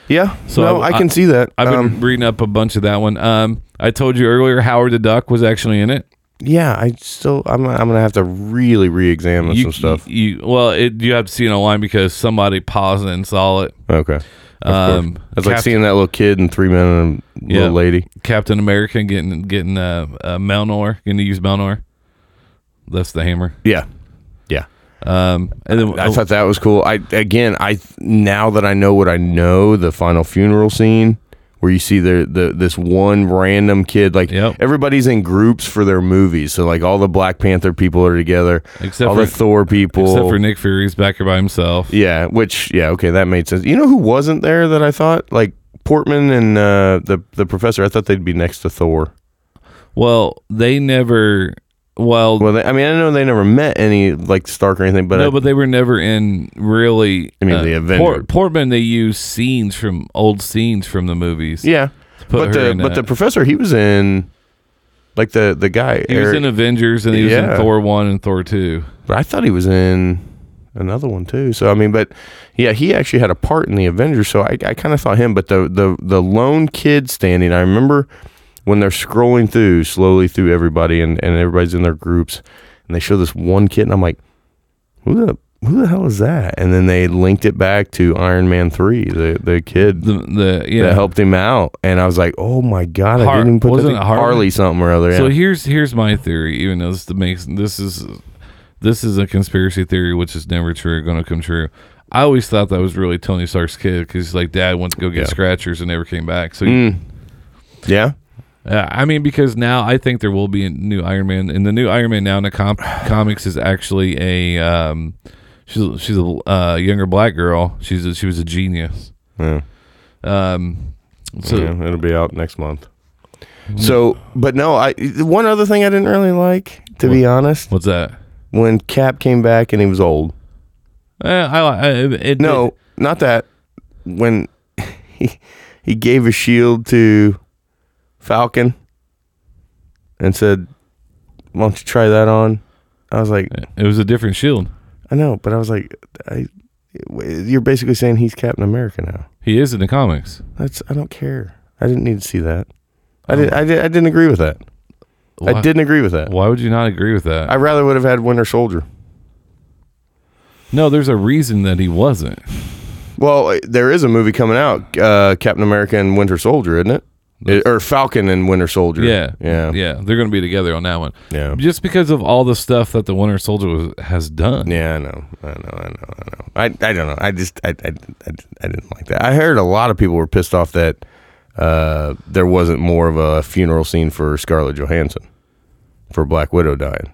S5: yeah so no, I, can see that
S4: I've
S5: um,
S4: been reading up a bunch of that one. Um, I told you earlier, Howard the Duck was actually in it.
S5: yeah I still I'm I'm gonna have to really re-examine
S4: you,
S5: some stuff
S4: You, you- well, it, you have to see it online because somebody paused it and saw it.
S5: okay Of
S4: Um,
S5: course. that's like
S4: Captain-
S5: seeing that little kid and three men and a little lady
S4: Captain America getting getting uh, uh Melnor, going to use Melnor. That's the hammer.
S5: Yeah. Yeah.
S4: Um, and then
S5: I, thought that was cool. I again, I now that I know what I know, the final funeral scene where you see the, the this one random kid like everybody's in groups for their movies. So like all the Black Panther people are together,
S4: Except
S5: all
S4: for-
S5: the Thor people,
S4: Except for Nick Fury's back here by himself.
S5: Yeah, which yeah, okay, that made sense. You know who wasn't there that I thought like Portman and uh, the the professor. I thought they'd be next to Thor.
S4: Well, they never. Well,
S5: well, they, I mean, I know they never met any like Stark or anything, but
S4: no,
S5: I-
S4: but they were never in really. uh,
S5: I mean, the Avenger.
S4: Portman, they used scenes from old scenes from the movies.
S5: Yeah,
S4: to put
S5: but
S4: her
S5: the
S4: in
S5: but
S4: that.
S5: the professor he was in, like the the guy.
S4: he was in Avengers and he was in Thor one and Thor two.
S5: But I thought he was in another one too. So I mean, but yeah, he actually had a part in the Avengers. So I, I kind of thought him. But the the the lone kid standing, I remember when they're scrolling through slowly through everybody and and everybody's in their groups, and they show this one kid, and I'm like, who the who the hell is that? And then they linked it back to Iron Man three, the the kid
S4: the, the yeah.
S5: that helped him out, and I was like, oh my god, I
S4: Har-
S5: didn't even put that
S4: wasn't
S5: thing-
S4: it Harley?
S5: Harley something or other.
S4: So
S5: yeah.
S4: here's here's my theory. Even though this makes this is this is a conspiracy theory, which is never true, going to come true. I always thought that was really Tony Stark's kid because like dad went to go get
S5: Yeah.
S4: scratchers and never came back. So
S5: Mm. yeah.
S4: Uh, I mean, because now I think there will be a new Iron Man, and the new Iron Man now in the com- comics is actually a um, she's she's a uh, younger black girl. She's a, she was a genius.
S5: Yeah.
S4: Um. So
S5: Yeah, it'll be out next month. So, but no, I one other thing I didn't really like, to be honest.
S4: What's that?
S5: When Cap came back and he was old.
S4: Uh, I, I it,
S5: no, not that. When he he gave a shield to Falcon and said, "Why don't you try that on?" I was like,
S4: "It was a different shield."
S5: I know, but I was like, I, "You're basically saying he's Captain America now."
S4: he is in the comics.
S5: That's I don't care. I didn't need to see that. I did. I did. I didn't agree with that. I
S4: Why-
S5: didn't agree with that.
S4: Why would you not agree with that?
S5: I rather would have had Winter Soldier.
S4: No, there's a reason that he wasn't.
S5: Well, uh, there is a movie coming out, uh, Captain America and Winter Soldier, isn't it? It- or Falcon and Winter Soldier.
S4: Yeah,
S5: Yeah.
S4: yeah. They're going to be together on that one. Yeah, just because of all the stuff that the Winter Soldier was, has done.
S5: Yeah, I know, I know, I know, I know. I, I don't know. I just I, I, I, I didn't like that. I heard a lot of people were pissed off that uh, there wasn't more of a funeral scene for Scarlett Johansson for Black Widow dying.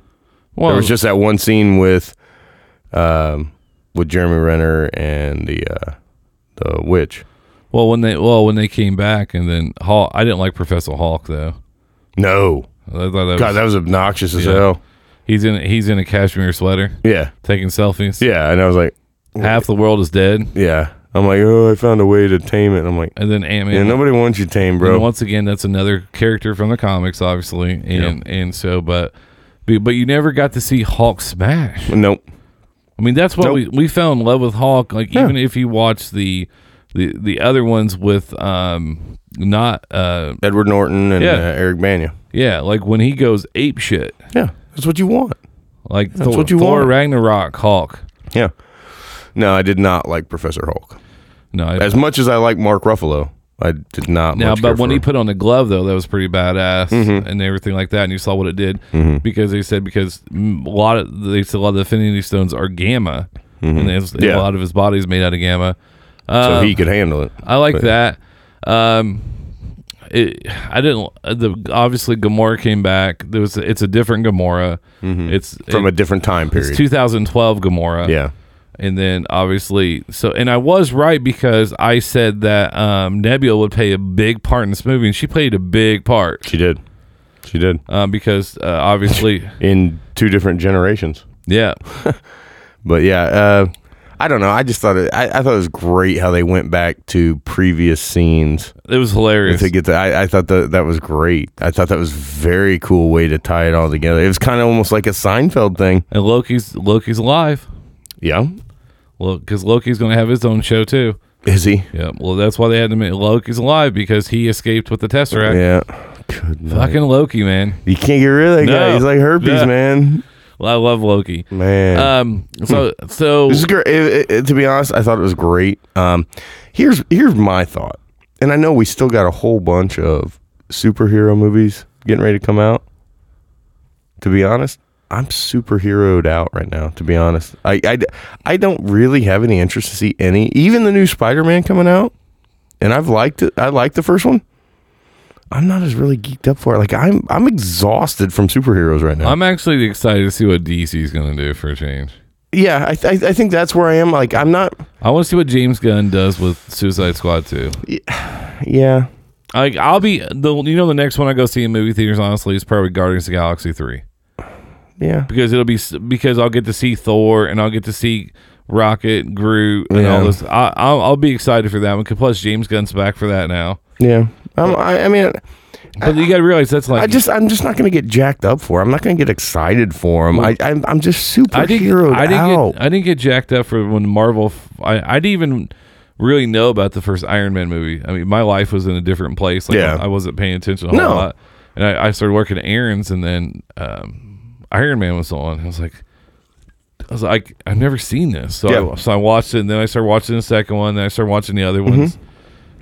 S4: Well-
S5: there was just that one scene with um, with Jeremy Renner and the uh, the witch.
S4: Well, when they well when they came back and then Hulk, I didn't like Professor Hulk though.
S5: No, God, that was obnoxious as hell.
S4: He's in he's in a cashmere sweater.
S5: Yeah,
S4: taking selfies.
S5: Yeah, and I was like,
S4: half the world is dead.
S5: Yeah, I'm like, oh, I found a way to tame it. And I'm like,
S4: and then Ant
S5: yeah, nobody wants you tame, bro.
S4: And once again, that's another character from the comics, obviously, and and so but but but you never got to see Hulk smash.
S5: Nope.
S4: I mean, that's what
S5: Nope.
S4: we we fell in love with Hulk. Like even if you watch the the the other ones with um not uh
S5: Edward Norton and uh, Eric Bana.
S4: Yeah, like when he goes ape shit.
S5: Yeah, that's what you want.
S4: Like
S5: That's
S4: Thor,
S5: what you
S4: Thor
S5: want.
S4: Ragnarok, Hulk.
S5: Yeah. No, I did not like Professor Hulk.
S4: No, I,
S5: as much as I like Mark Ruffalo, I did not.
S4: Now,
S5: much
S4: but
S5: care
S4: when
S5: for
S4: he
S5: him.
S4: put on the glove though, that was pretty badass
S5: Mhm.
S4: and everything like that, and you saw what it did
S5: Mhm.
S4: because they said because mm, a lot of they said a lot of the affinity stones are gamma,
S5: Mhm.
S4: and there's-
S5: Yeah.
S4: a lot of his body's made out of gamma,
S5: So
S4: Um,
S5: he could handle it.
S4: I like
S5: But-
S4: that. Um, it, I didn't. The obviously Gamora came back. There was it's a different Gamora. It's
S5: Mm-hmm. From
S4: it-
S5: a different time period.
S4: It's 2012 Gamora.
S5: Yeah.
S4: And then obviously, so and I was right because I said that um, Nebula would play a big part in this movie, and she played a big part.
S5: She did. She did.
S4: Um, because uh, obviously,
S5: in two different generations.
S4: Yeah.
S5: but yeah, uh, I don't know. I just thought it. I, I thought it was great how they went back to previous scenes.
S4: It was hilarious.
S5: To get that, I, I thought that that was great. I thought that was very cool way to tie it all together. It was kind of almost like a Seinfeld thing.
S4: And Loki's Loki's alive.
S5: Yeah.
S4: Well, because Loki's going to have his own show too.
S5: Is he?
S4: Yeah. Well, that's why they had to make Loki's alive because he escaped with the Tesseract.
S5: Yeah.
S4: Fucking Loki, man.
S5: You can't get rid of that guy.
S4: No.
S5: He's like herpes,
S4: Yeah.
S5: man.
S4: Well, I love Loki.
S5: Man.
S4: Um. So so
S5: This is great. It- it- it- to be honest, I thought it was great. Um, here's here's my thought, and I know we still got a whole bunch of superhero movies getting ready to come out. To be honest, I'm superheroed out right now. To be honest, I I, I don't really have any interest to see any, even the new Spider-Man coming out, and I've liked it. I liked the first one. I'm not as really geeked up for it. Like I'm I'm exhausted from superheroes right now.
S4: I'm actually excited to see what DC is going to do for a change.
S5: yeah, I, th- I think that's where I am. Like I'm not.
S4: I want to see what James Gunn does with Suicide Squad 2.
S5: Yeah.
S4: Like I'll be the you know the next one I go see in movie theaters honestly is probably Guardians of the Galaxy 3.
S5: Yeah.
S4: Because it'll be s- because I'll get to see Thor and I'll get to see Rocket, Groot and all
S5: Yeah.
S4: this. I I'll, I'll be excited for that one. 'cause Plus James Gunn's back for that now.
S5: Yeah. Um, I, I mean,
S4: But you got to realize that's like
S5: I just I'm just not going to get jacked up for. 'em. I'm not going to get excited for him. I I'm, I'm just super
S4: I didn't,
S5: heroed
S4: I didn't
S5: out.
S4: get I didn't get jacked up for when Marvel. f- I I didn't even really know about the first Iron Man movie. I mean, my life was in a different place. Like,
S5: Yeah.
S4: I wasn't paying attention a whole
S5: No.
S4: lot, and I, I started working errands, and then um, Iron Man was on. I was like. I was like, I've never seen this, so
S5: Yeah.
S4: I, so I watched it, and then I started watching the second one, then I started watching the other
S5: Mhm.
S4: ones.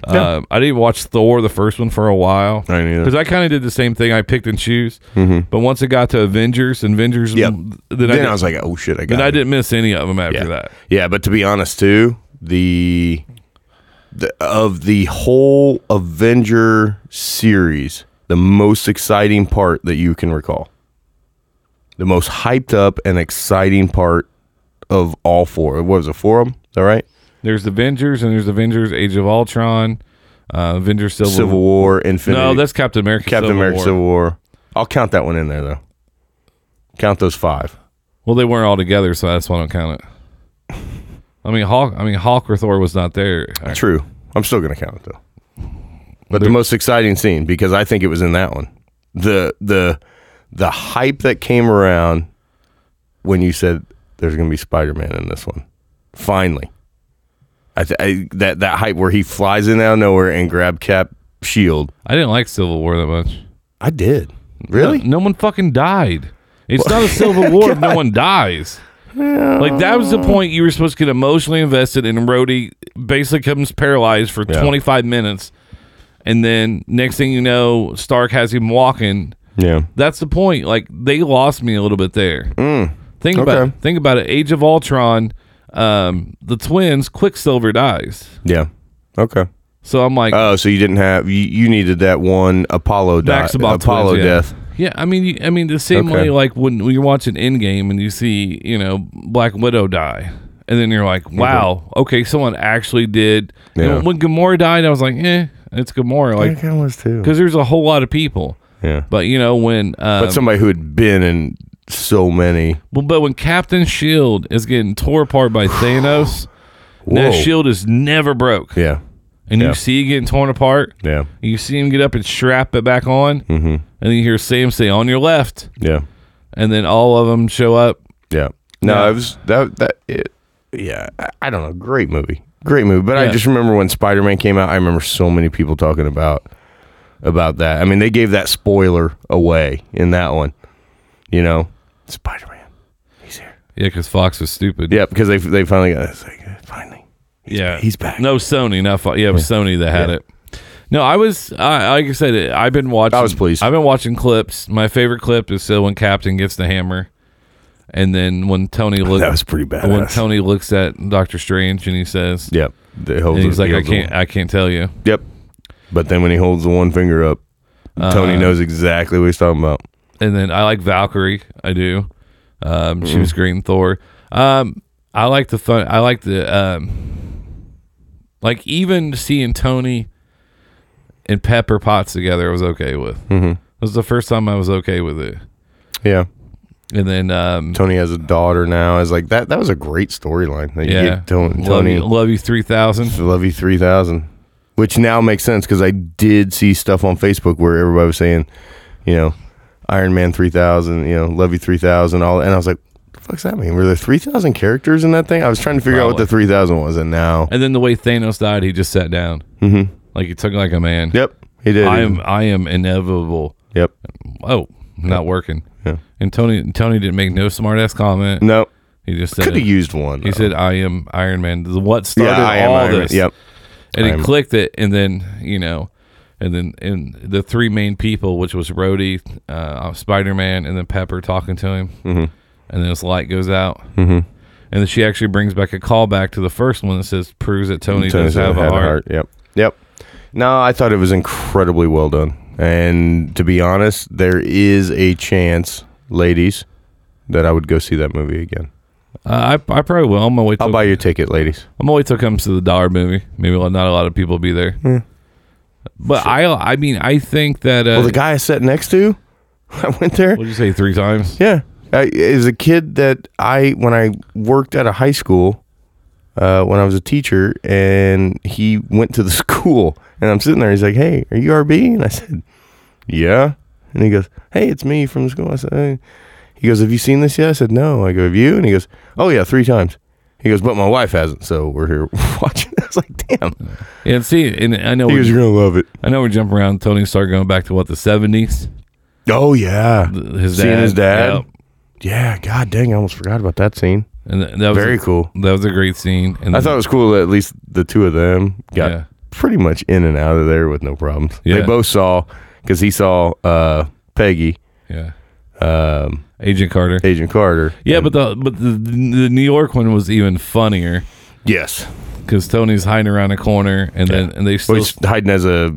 S5: Yeah.
S4: Um, I didn't watch Thor the first one for a while because I kind of did the same thing. I picked and choose,
S5: Mhm.
S4: but once it got to Avengers and Avengers,
S5: Yep.
S4: then,
S5: Then
S4: did-
S5: I was like, oh, shit, I got
S4: Then I
S5: it.
S4: didn't miss any of them after
S5: yeah.
S4: that.
S5: Yeah, but to be honest, too, the, the of the whole Avenger series, the most exciting part that you can recall, the most hyped up and exciting part of all four. What was it? Four of 'em? Is that right?
S4: There's Avengers and there's Avengers: Age of Ultron, uh, Avengers: Civil,
S5: Civil War, Infinity.
S4: No, that's Captain America.
S5: Captain
S4: Civil
S5: America
S4: War.
S5: Civil War. I'll count that one in there though. Count those five.
S4: Well, they weren't all together, so that's why I don't count it. I mean, Hulk. I mean, Hulk or Thor was not there.
S5: True. I'm still gonna count it though. But the most exciting scene because I think it was in that one. The the the hype that came around when you said there's gonna be Spider Man in this one. Finally, I, th- I that that hype where he flies in out of nowhere and grab Cap shield.
S4: I didn't like Civil War that much.
S5: I did. Really?
S4: No, no one fucking died. It's not a Civil War if no one dies. Like that was the point you were supposed to get emotionally invested and Rhodey basically comes paralyzed for
S5: Yeah.
S4: 25 minutes and then next thing you know Stark has him walking.
S5: Yeah.
S4: That's the point. Like they lost me a little bit there. Think about
S5: Mm. Okay.
S4: it. think about it. Age of Ultron, um, the twins, Quicksilver dies.
S5: Yeah. Okay.
S4: So I'm like,
S5: oh, so you didn't have you, you needed that one Apollo die,
S4: Maximoff
S5: Apollo
S4: twins, yeah.
S5: death.
S4: Yeah, I mean, you, I mean the same
S5: Okay.
S4: way like when, when you're watching Endgame and you see you know Black Widow die, and then you're like, wow, okay, someone actually did. And
S5: Yeah.
S4: when Gamora died, I was like, eh, it's Gamora, like
S5: kind of was too.
S4: because there's a whole lot of people.
S5: Yeah.
S4: But you know when, um,
S5: but somebody who had been in so many.
S4: well, but when Captain Shield is getting tore apart by Thanos,
S5: Whoa.
S4: that shield is never broke.
S5: Yeah.
S4: And
S5: Yeah.
S4: you see it getting torn apart.
S5: Yeah.
S4: You see him get up and strap it back on.
S5: Mm-hmm.
S4: And then you hear Sam say, on your left.
S5: Yeah.
S4: And then all of them show up.
S5: Yeah. No,
S4: Yeah.
S5: it was that that it, yeah. I, I don't know. Great movie. Great movie. But I
S4: Yeah.
S5: just remember when Spider Man came out. I remember so many people talking about about that. I mean, they gave that spoiler away in that one. You know, Spider Man.
S4: Yeah, because Fox was stupid.
S5: Yeah, because they they finally got it's like finally.
S4: yeah, he's back. No Sony, not Fo- yeah, it was Sony that had it. No, I was I like I said, I've been watching. I was pleased. I've been watching clips. My favorite clip is still when Captain gets the hammer, and then when Tony looks.
S5: That was pretty
S4: bad. When
S5: badass.
S4: Tony looks at Doctor Strange and he says,
S5: Yep. They hold
S4: and he's
S5: the-
S4: like,
S5: he
S4: I
S5: holds the
S4: can't, I can't tell you."
S5: Yep. But then when he holds the one finger up, Tony
S4: Uh,
S5: knows exactly what he's talking about.
S4: and then I like Valkyrie. I do. Um, She
S5: Mhm.
S4: was great in Thor. Um, I like the fun. I like the um, like even seeing Tony and Pepper Potts together. I was okay with.
S5: Mhm.
S4: It was the first time I was okay with it.
S5: Yeah.
S4: And then um,
S5: Tony has a daughter now. Is like that. That was a great storyline. That you
S4: Yeah.
S5: get Tony.
S4: Love You- love you three thousand.
S5: Love you three thousand. Which now makes sense because I did see stuff on Facebook where everybody was saying, you know, Iron Man three thousand. You know, love you three thousand. All and I was like, what the fuck's that mean? Were there three thousand characters in that thing? I was trying to figure out what the three thousand was, and now
S4: And then the way Thanos died, he just sat down.
S5: Mhm.
S4: Like he took it like a man.
S5: Yep, he did.
S4: I
S5: He-
S4: am. I am inevitable.
S5: Yep.
S4: Oh, not working.
S5: Yeah.
S4: And Tony. Tony didn't make no smart ass comment.
S5: No.
S4: He just said
S5: Coulda used one,
S4: He said, "I am Iron Man." The What started
S5: Yeah, I am
S4: all
S5: Iron Man.
S4: this?
S5: Yep.
S4: And
S5: I
S4: he
S5: am-
S4: clicked it, and then you know, and then and the three main people, which was Rhodey, uh, Spider Man, and then Pepper talking to him,
S5: Mhm.
S4: and then his light goes out.
S5: Mhm.
S4: And then she actually brings back a callback to the first one that says proves that Tony
S5: Tony
S4: does
S5: said
S4: have
S5: it
S4: a
S5: had
S4: heart.
S5: Yep. Yep. No, I thought it was incredibly well done. And to be honest, there is a chance, ladies, that I would go see that movie again.
S4: Uh, I, I probably will. I'm gonna wait.
S5: I'll buy your ticket, ladies.
S4: I'm gonna wait till it comes to the dollar movie. Maybe not a lot of people will be there.
S5: Yeah.
S4: But I I mean I think that uh,
S5: well, the guy I sat next to, I went there.
S4: What did you say? Three times.
S5: Yeah, I, as a kid that I when I worked at a high school, uh, when I was a teacher, and he went to the school, and I'm sitting there. He's like, "Hey, are you RB?" And I said, "Yeah." And he goes, "Hey, it's me from the school." I said, hey. "He goes, have you seen this yet?" I said, "No." I go, "Have you?" And he goes, "Oh yeah, three times." He goes, "But my wife hasn't, so we're here watching." I was like, "Damn."
S4: Yeah, and see, and I know
S5: Oh, He
S4: we're-
S5: goes, "You're gonna love it."
S4: I know we're jumping around. Tony started going back to what the seventies.
S5: Oh yeah,
S4: his
S5: seeing
S4: dad.
S5: his dad.
S4: Yep.
S5: Yeah, god dang, I almost forgot about that scene.
S4: And th- that was
S5: Very
S4: a-
S5: cool.
S4: That was a great scene. And
S5: I thought it was cool that at least the two of them got
S4: Mm. Yeah.
S5: pretty much in and out of there with no problems. They
S4: Yeah.
S5: both saw because he saw uh, Peggy,
S4: Yeah.
S5: um,
S4: Agent Carter,
S5: Agent Carter.
S4: yeah, but the but the, the New York one was even funnier.
S5: Yes,
S4: because Tony's hiding around a corner, and then and they still
S5: Well, he's hiding as a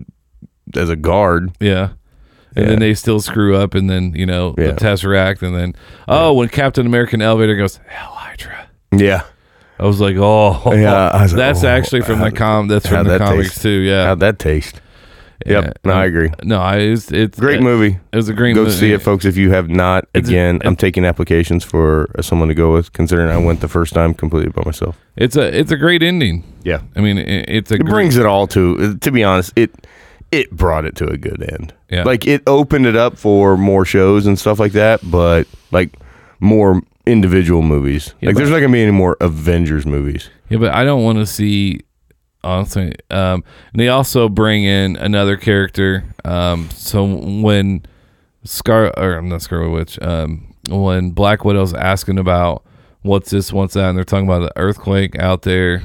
S5: as a guard.
S4: Yeah. And
S5: Yeah.
S4: then they still screw up, and then you know
S5: Yeah.
S4: the Tesseract, and then oh, when Captain American elevator goes, hell, Hydra.
S5: Yeah,
S4: I was like, oh,
S5: Yeah, I was like,
S4: that's
S5: oh,
S4: actually from the
S5: how'd-
S4: com. That's
S5: how'd
S4: from the
S5: that
S4: comics
S5: taste?
S4: too. Yeah,
S5: how'd that taste? Yep, no, I agree.
S4: No, I it's, it's
S5: Great
S4: it-
S5: movie.
S4: It was a great
S5: Go
S4: movie.
S5: see it, folks. If you have not, again, I'm taking applications for someone to go with. Considering I went the first time completely by myself.
S4: It's a it's a great ending.
S5: Yeah,
S4: I mean it, it's a
S5: it brings it all to to be honest it it brought it to a good end
S4: Yeah.
S5: like it opened it up for more shows and stuff like that but like more individual movies like there's not gonna be any more avengers movies
S4: Yeah, but I don't want to see honestly. Um, and they also bring in another character. Um, so when Scar or I'm not Scarlet Witch. Um, when Black Widow's asking about what's this, what's that, and they're talking about the earthquake out there.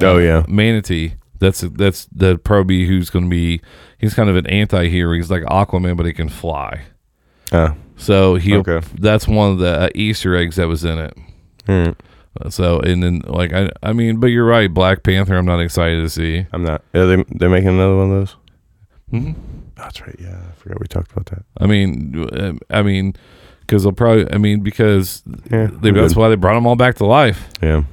S5: Oh, yeah.
S4: Manatee. That's that's the probie who's going to be. He's kind of an anti-hero. He's like Aquaman, but he can fly.
S5: Oh.
S4: so he.
S5: Okay.
S4: That's one of the uh, Easter eggs that was in it.
S5: Hmm.
S4: Uh, So and then like I I mean, but you're right. Black Panther. I'm not excited to see.
S5: i'm not are they they're making another one of those
S4: Mhm.
S5: that's right yeah i forgot we talked about that
S4: I mean, uh, I mean, because they'll probably. I mean, because they,
S5: we're
S4: that's
S5: good.
S4: why they brought them all back to life.
S5: yeah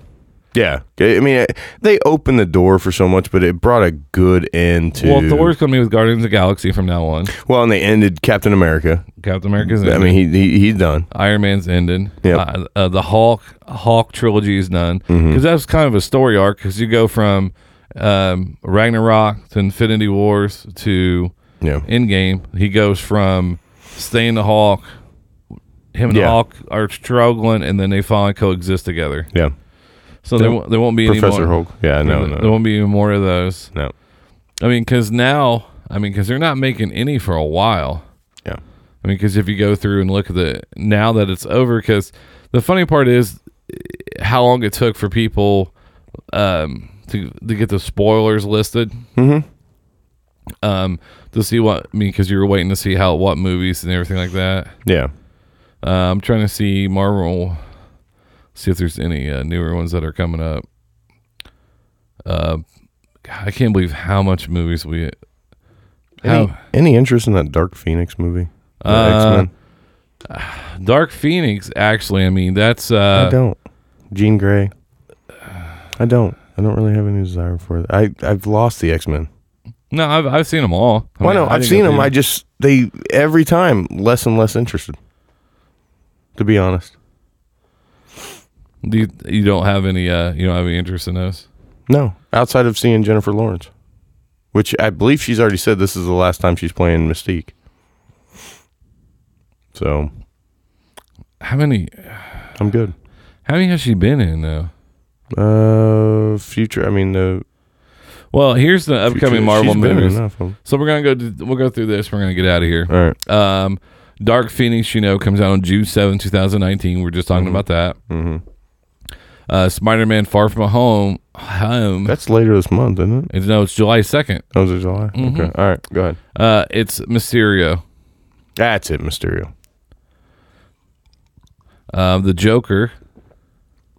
S5: yeah i mean it, they opened the door for so much but it brought a good end to
S4: Well, Thor's gonna be with Guardians of the Galaxy from now on.
S5: well and they ended captain america
S4: Captain America's.
S5: i
S4: ended.
S5: mean he, he he's done
S4: Iron Man's ended.
S5: Yep.
S4: Uh, uh, the Hulk Hulk trilogy is done because
S5: Mhm.
S4: that's kind of a story arc because you go from um, Ragnarok to Infinity Wars to
S5: Yeah.
S4: Endgame. He goes from staying the Hulk. Him and
S5: Yeah.
S4: the Hulk are struggling, and then they finally coexist together.
S5: Yeah.
S4: So there,
S5: Yeah.
S4: won't- there won't be
S5: Professor
S4: any more.
S5: Hulk. Yeah, no,
S4: there,
S5: no.
S4: there won't be any more of those.
S5: No.
S4: I mean, because now, I mean, because they're not making any for a while.
S5: Yeah.
S4: I mean, because if you go through and look at the now that it's over, because the funny part is how long it took for people um, to to get the spoilers listed.
S5: Mm-hmm.
S4: Um, to see what I mean, because you were waiting to see how what movies and everything like that.
S5: Yeah.
S4: Uh, I'm trying to see Marvel. See if there's any uh, newer ones that are coming up. Uh, I can't believe how much movies we.
S5: Any, any interest in that Dark Phoenix movie? The
S4: Uh, Dark Phoenix. Actually, I mean that's. Uh,
S5: I don't. Jean Grey. I don't. I don't really have any desire for it. I I've lost the X Men.
S4: No, I've I've seen them all.
S5: Well,
S4: mean,
S5: no, I've
S4: think
S5: seen
S4: I've
S5: them. I just they every time less and less interested. To be honest,
S4: Do you, you don't have any uh you don't have any interest in those
S5: no. Outside of seeing Jennifer Lawrence, which I believe she's already said this is the last time she's playing Mystique. So
S4: how many
S5: I'm good.
S4: how many has she been in though
S5: Uh, future. I mean the
S4: well here's the upcoming
S5: She's-
S4: marvel
S5: she's been in
S4: movies
S5: enough of 'em.
S4: so we're gonna go to, we'll go through this we're gonna get out of here
S5: All
S4: right um dark phoenix you know comes out on june seventh, two 2019 we're just talking about that
S5: mm-hmm.
S4: uh spider-man far from home home
S5: that's later this month, isn't
S4: it no it's july 2nd
S5: oh is it July?
S4: Mhm.
S5: Okay, all right, go ahead.
S4: uh it's mysterio
S5: That's it, Mysterio.
S4: uh, the joker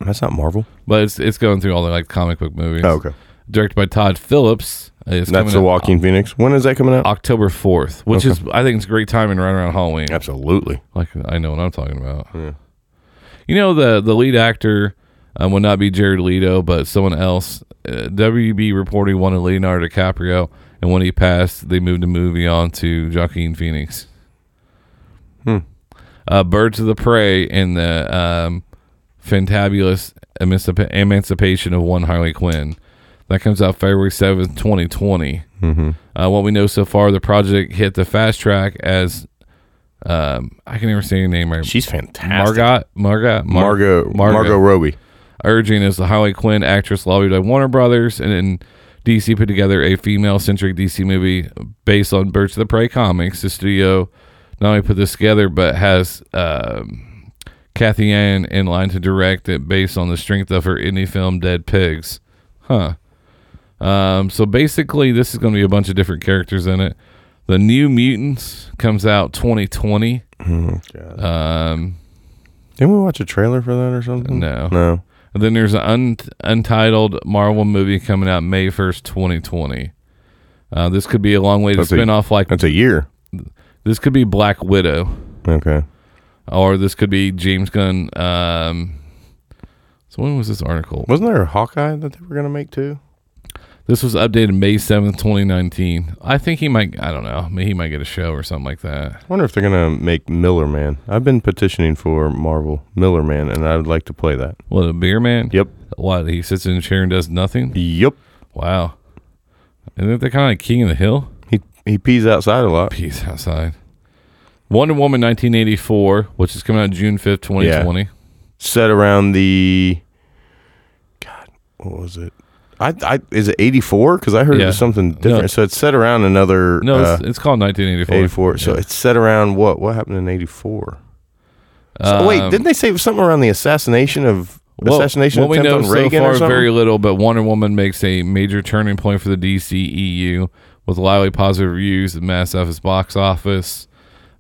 S5: That's not Marvel.
S4: but it's it's going through all the like comic book movies
S5: Oh, okay.
S4: directed by todd phillips Uh, It's coming
S5: That's the
S4: out- Uh,
S5: Walking Phoenix. When is that coming out?
S4: October fourth, which
S5: Okay.
S4: is I think it's great timing right around Halloween.
S5: Absolutely.
S4: Like I know what I'm talking about. You know the the lead actor um, would not be Jared Leto, but someone else. Uh, WB reporting wanted Leonardo DiCaprio, and when he passed, they moved the movie on to Joaquin Phoenix.
S5: Hmm.
S4: Uh, Birds of the Prey and the um, Fantabulous Emancip- Emancipation of One Harley Quinn. That comes out February 7th, 2020.
S5: Mm-hmm.
S4: Uh, what we know so far, the project hit the fast track as um, I can never say your name right.
S5: She's fantastic.
S4: Margot, Margot, Mar-
S5: Margot- Margot Robbie.
S4: Urging as the Harley Quinn actress lobbied by Warner Brothers and in DC put together a female-centric DC movie based on Birds of the Prey comics. The studio not only put this together but has um, Kathy Ann in line to direct it based on the strength of her indie film Dead Pigs. Huh. Um, so basically, this is going to be a bunch of different characters in it. The New Mutants comes out 2020. Um,
S5: Didn't we watch a trailer for that or something?
S4: no,
S5: No.
S4: And then there's an un- untitled Marvel movie coming out May 1st, 2020. Uh, this could be a long way to
S5: That's a-
S4: spin off like
S5: that's a year.
S4: This could be Black Widow,
S5: Okay.
S4: or this could be James Gunn. Um, so when was this article?
S5: Wasn't there a Hawkeye that they were gonna make too?
S4: This was updated May 7th, 2019. I think he might, I don't know, I mean, he might get a show or something like that.
S5: I wonder if they're gonna make Miller Man. I've been petitioning for Marvel Miller Man, and I would like to play that.
S4: What, a beer man?
S5: Yep.
S4: What, he sits in a chair and does nothing?
S5: Yep.
S4: Wow. Isn't that kind of like King of the Hill?
S5: He he pees outside a lot.
S4: Pees outside. Wonder Woman 1984, which is coming out June 5th, 2020.
S5: Yeah. Set around the. God, what was it? I, I is it eighty four? Because I heard it
S4: Yeah.
S5: was something different.
S4: No.
S5: So it's set around another.
S4: No, it's,
S5: uh,
S4: it's called 1984.
S5: 84. So
S4: Yeah.
S5: it's set around what? What happened in 84? So, wait,
S4: Um,
S5: didn't they say something around the assassination of
S4: Well,
S5: assassination
S4: what we
S5: attempt
S4: know
S5: on Reagan
S4: so far
S5: or
S4: is
S5: something?
S4: very little, but Wonder Woman makes a major turning point for the DCEU with loudly positive reviews at Mass Office box office.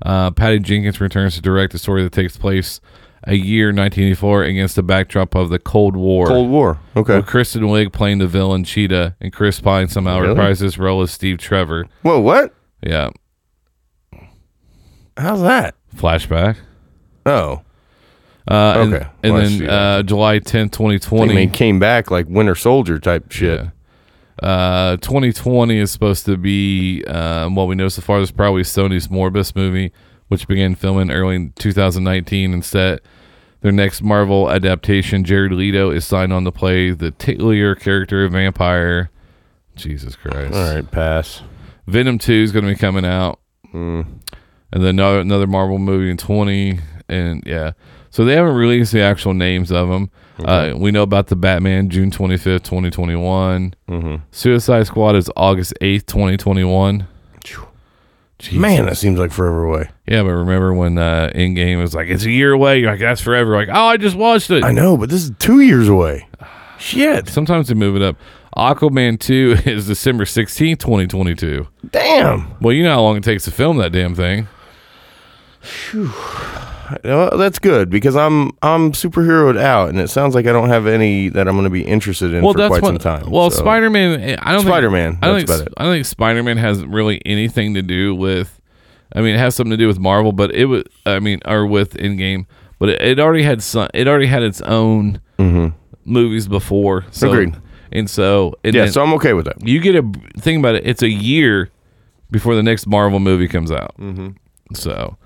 S4: Uh, Patty Jenkins returns to direct a story that takes place a year 1984 against the backdrop of the Cold War.
S5: Cold War. Okay.
S4: With Kristen Wiig playing the villain Cheetah, and Chris Pine somehow
S5: Really?
S4: reprises his role as Steve Trevor.
S5: Whoa, what?
S4: Yeah,
S5: How's that?
S4: flashback.
S5: Oh.
S4: Uh, and-
S5: Okay.
S4: And,
S5: Well, I see
S4: then
S5: that.
S4: uh, July 10th,
S5: I
S4: 2020.
S5: mean, came back like Winter Soldier type shit.
S4: Uh, 2020 is supposed to be um, what we know so far is probably Sony's Morbus movie, which began filming early in 2019. Instead, their next Marvel adaptation, Jared Leto, is signed on to play the titular character of Vampire. Jesus Christ.
S5: All right, pass.
S4: Venom 2 is going to be coming out. And then another, another Marvel movie in 20. And yeah. So they haven't released the actual names of them. Uh, we know about the Batman, June 25th, 2021.
S5: Mhm.
S4: Suicide Squad is August 8th, 2021.
S5: Man, that seems like forever away.
S4: Yeah, but remember when uh, in game was like, it's a year away. You're like, that's forever. Like, oh, I just watched it.
S5: I know, but this is two years away.
S4: Shit. Sometimes they move it up. Aquaman 2 is December 16th, 2022.
S5: Damn.
S4: Well, you know how long it takes to film that damn thing.
S5: Well, that's good because I'm I'm superheroed out, and it sounds like I don't have any that I'm going to be interested in for quite some
S4: what-
S5: time.
S4: Well,
S5: so-
S4: Spider Man. I don't.
S5: Spider-Man,
S4: Think, I don't
S5: that's
S4: think.
S5: about it.
S4: I don't think Spider Man has really anything to do with. I mean, it has something to do with Marvel, but it was. I mean, or with in game, but it, it already had some. It already had its own movies before. So,
S5: Mm-hmm. Agreed.
S4: And so, and
S5: Yeah,
S4: then
S5: so I'm okay with that.
S4: You get a think about it. It's a year before the next Marvel movie comes out. Mm-hmm. So.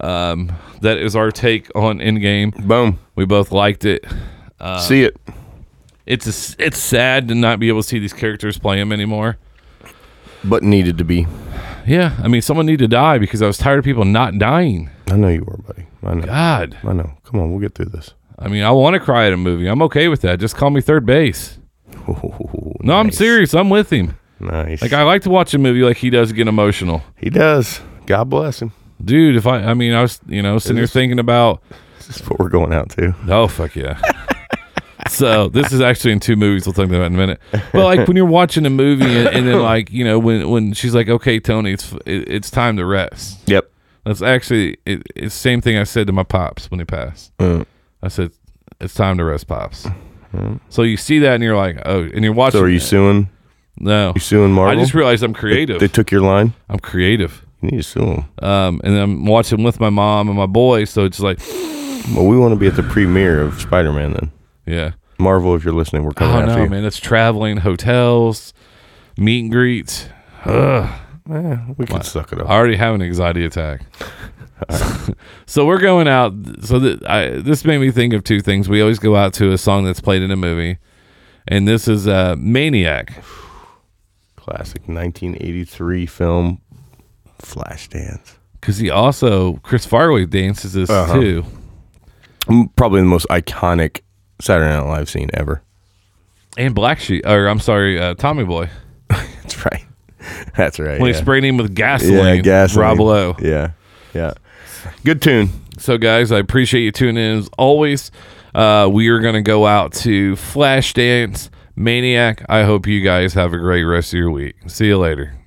S4: Um, that is our take on Endgame.
S5: Boom.
S4: We both liked it. Uh,
S5: See it.
S4: it's a s it's sad to not be able to see these characters play them anymore.
S5: But needed to be.
S4: Yeah, I mean, someone need to die because I was tired of people not dying.
S5: I know you were, buddy. I know.
S4: God,
S5: I know. Come on, we'll get through this.
S4: I mean, I want to cry at a movie. I'm okay with that. Just call me third base. no, I'm serious. I'm with him.
S5: Nice.
S4: Like I like to watch a movie like he does get emotional.
S5: He does. God bless him.
S4: Dude, if I, I mean, I was, you know, sitting here
S5: This-
S4: thinking about,
S5: This is what we're going out to.
S4: oh fuck yeah. so this is actually in two movies. We'll talk about that in a minute. But like when you're watching a movie and, and then like you know when when she's like, okay, Tony, it's it, it's time to rest.
S5: Yep.
S4: That's actually it, it's the same thing I said to my pops when he passed.
S5: Mm.
S4: I said it's time to rest, pops. So you see that and you're like, oh, and you're watching.
S5: So are you
S4: that.
S5: suing?
S4: No,
S5: You suing Marvel?
S4: I just realized I'm
S5: They-
S4: creative.
S5: They, took your line.
S4: I'm creative.
S5: You need to sue them.
S4: Um, and I'm watching with my mom and my boy, so it's like,
S5: Well, we want to be at the premiere of Spider Man then.
S4: yeah.
S5: Marvel, if you're listening, we're coming
S4: Oh
S5: after
S4: no,
S5: you.
S4: man, that's traveling, hotels, meet and greets. Ugh.
S5: Eh, we can suck it up.
S4: I already have an anxiety attack. so we're going out. So that I, this made me think of two things. We always go out to a song that's played in a movie, and this is uh, "Maniac."
S5: Classic 1983 film, Flashdance.
S4: Because he also Chris Farley dances this
S5: Uh-huh.
S4: too.
S5: Mm, Probably the most iconic Saturday Night Live scene ever.
S4: And Black Sheep, or I'm sorry, uh, Tommy Boy.
S5: That's right. That's right.
S4: When
S5: yeah.
S4: he sprayed him with gasoline.
S5: yeah, gasoline.
S4: Rob Lowe.
S5: Yeah, yeah. Good tune.
S4: So, guys, I appreciate you tuning in as always. Uh, we are going to go out to Flashdance Maniac. I hope you guys have a great rest of your week. See you later.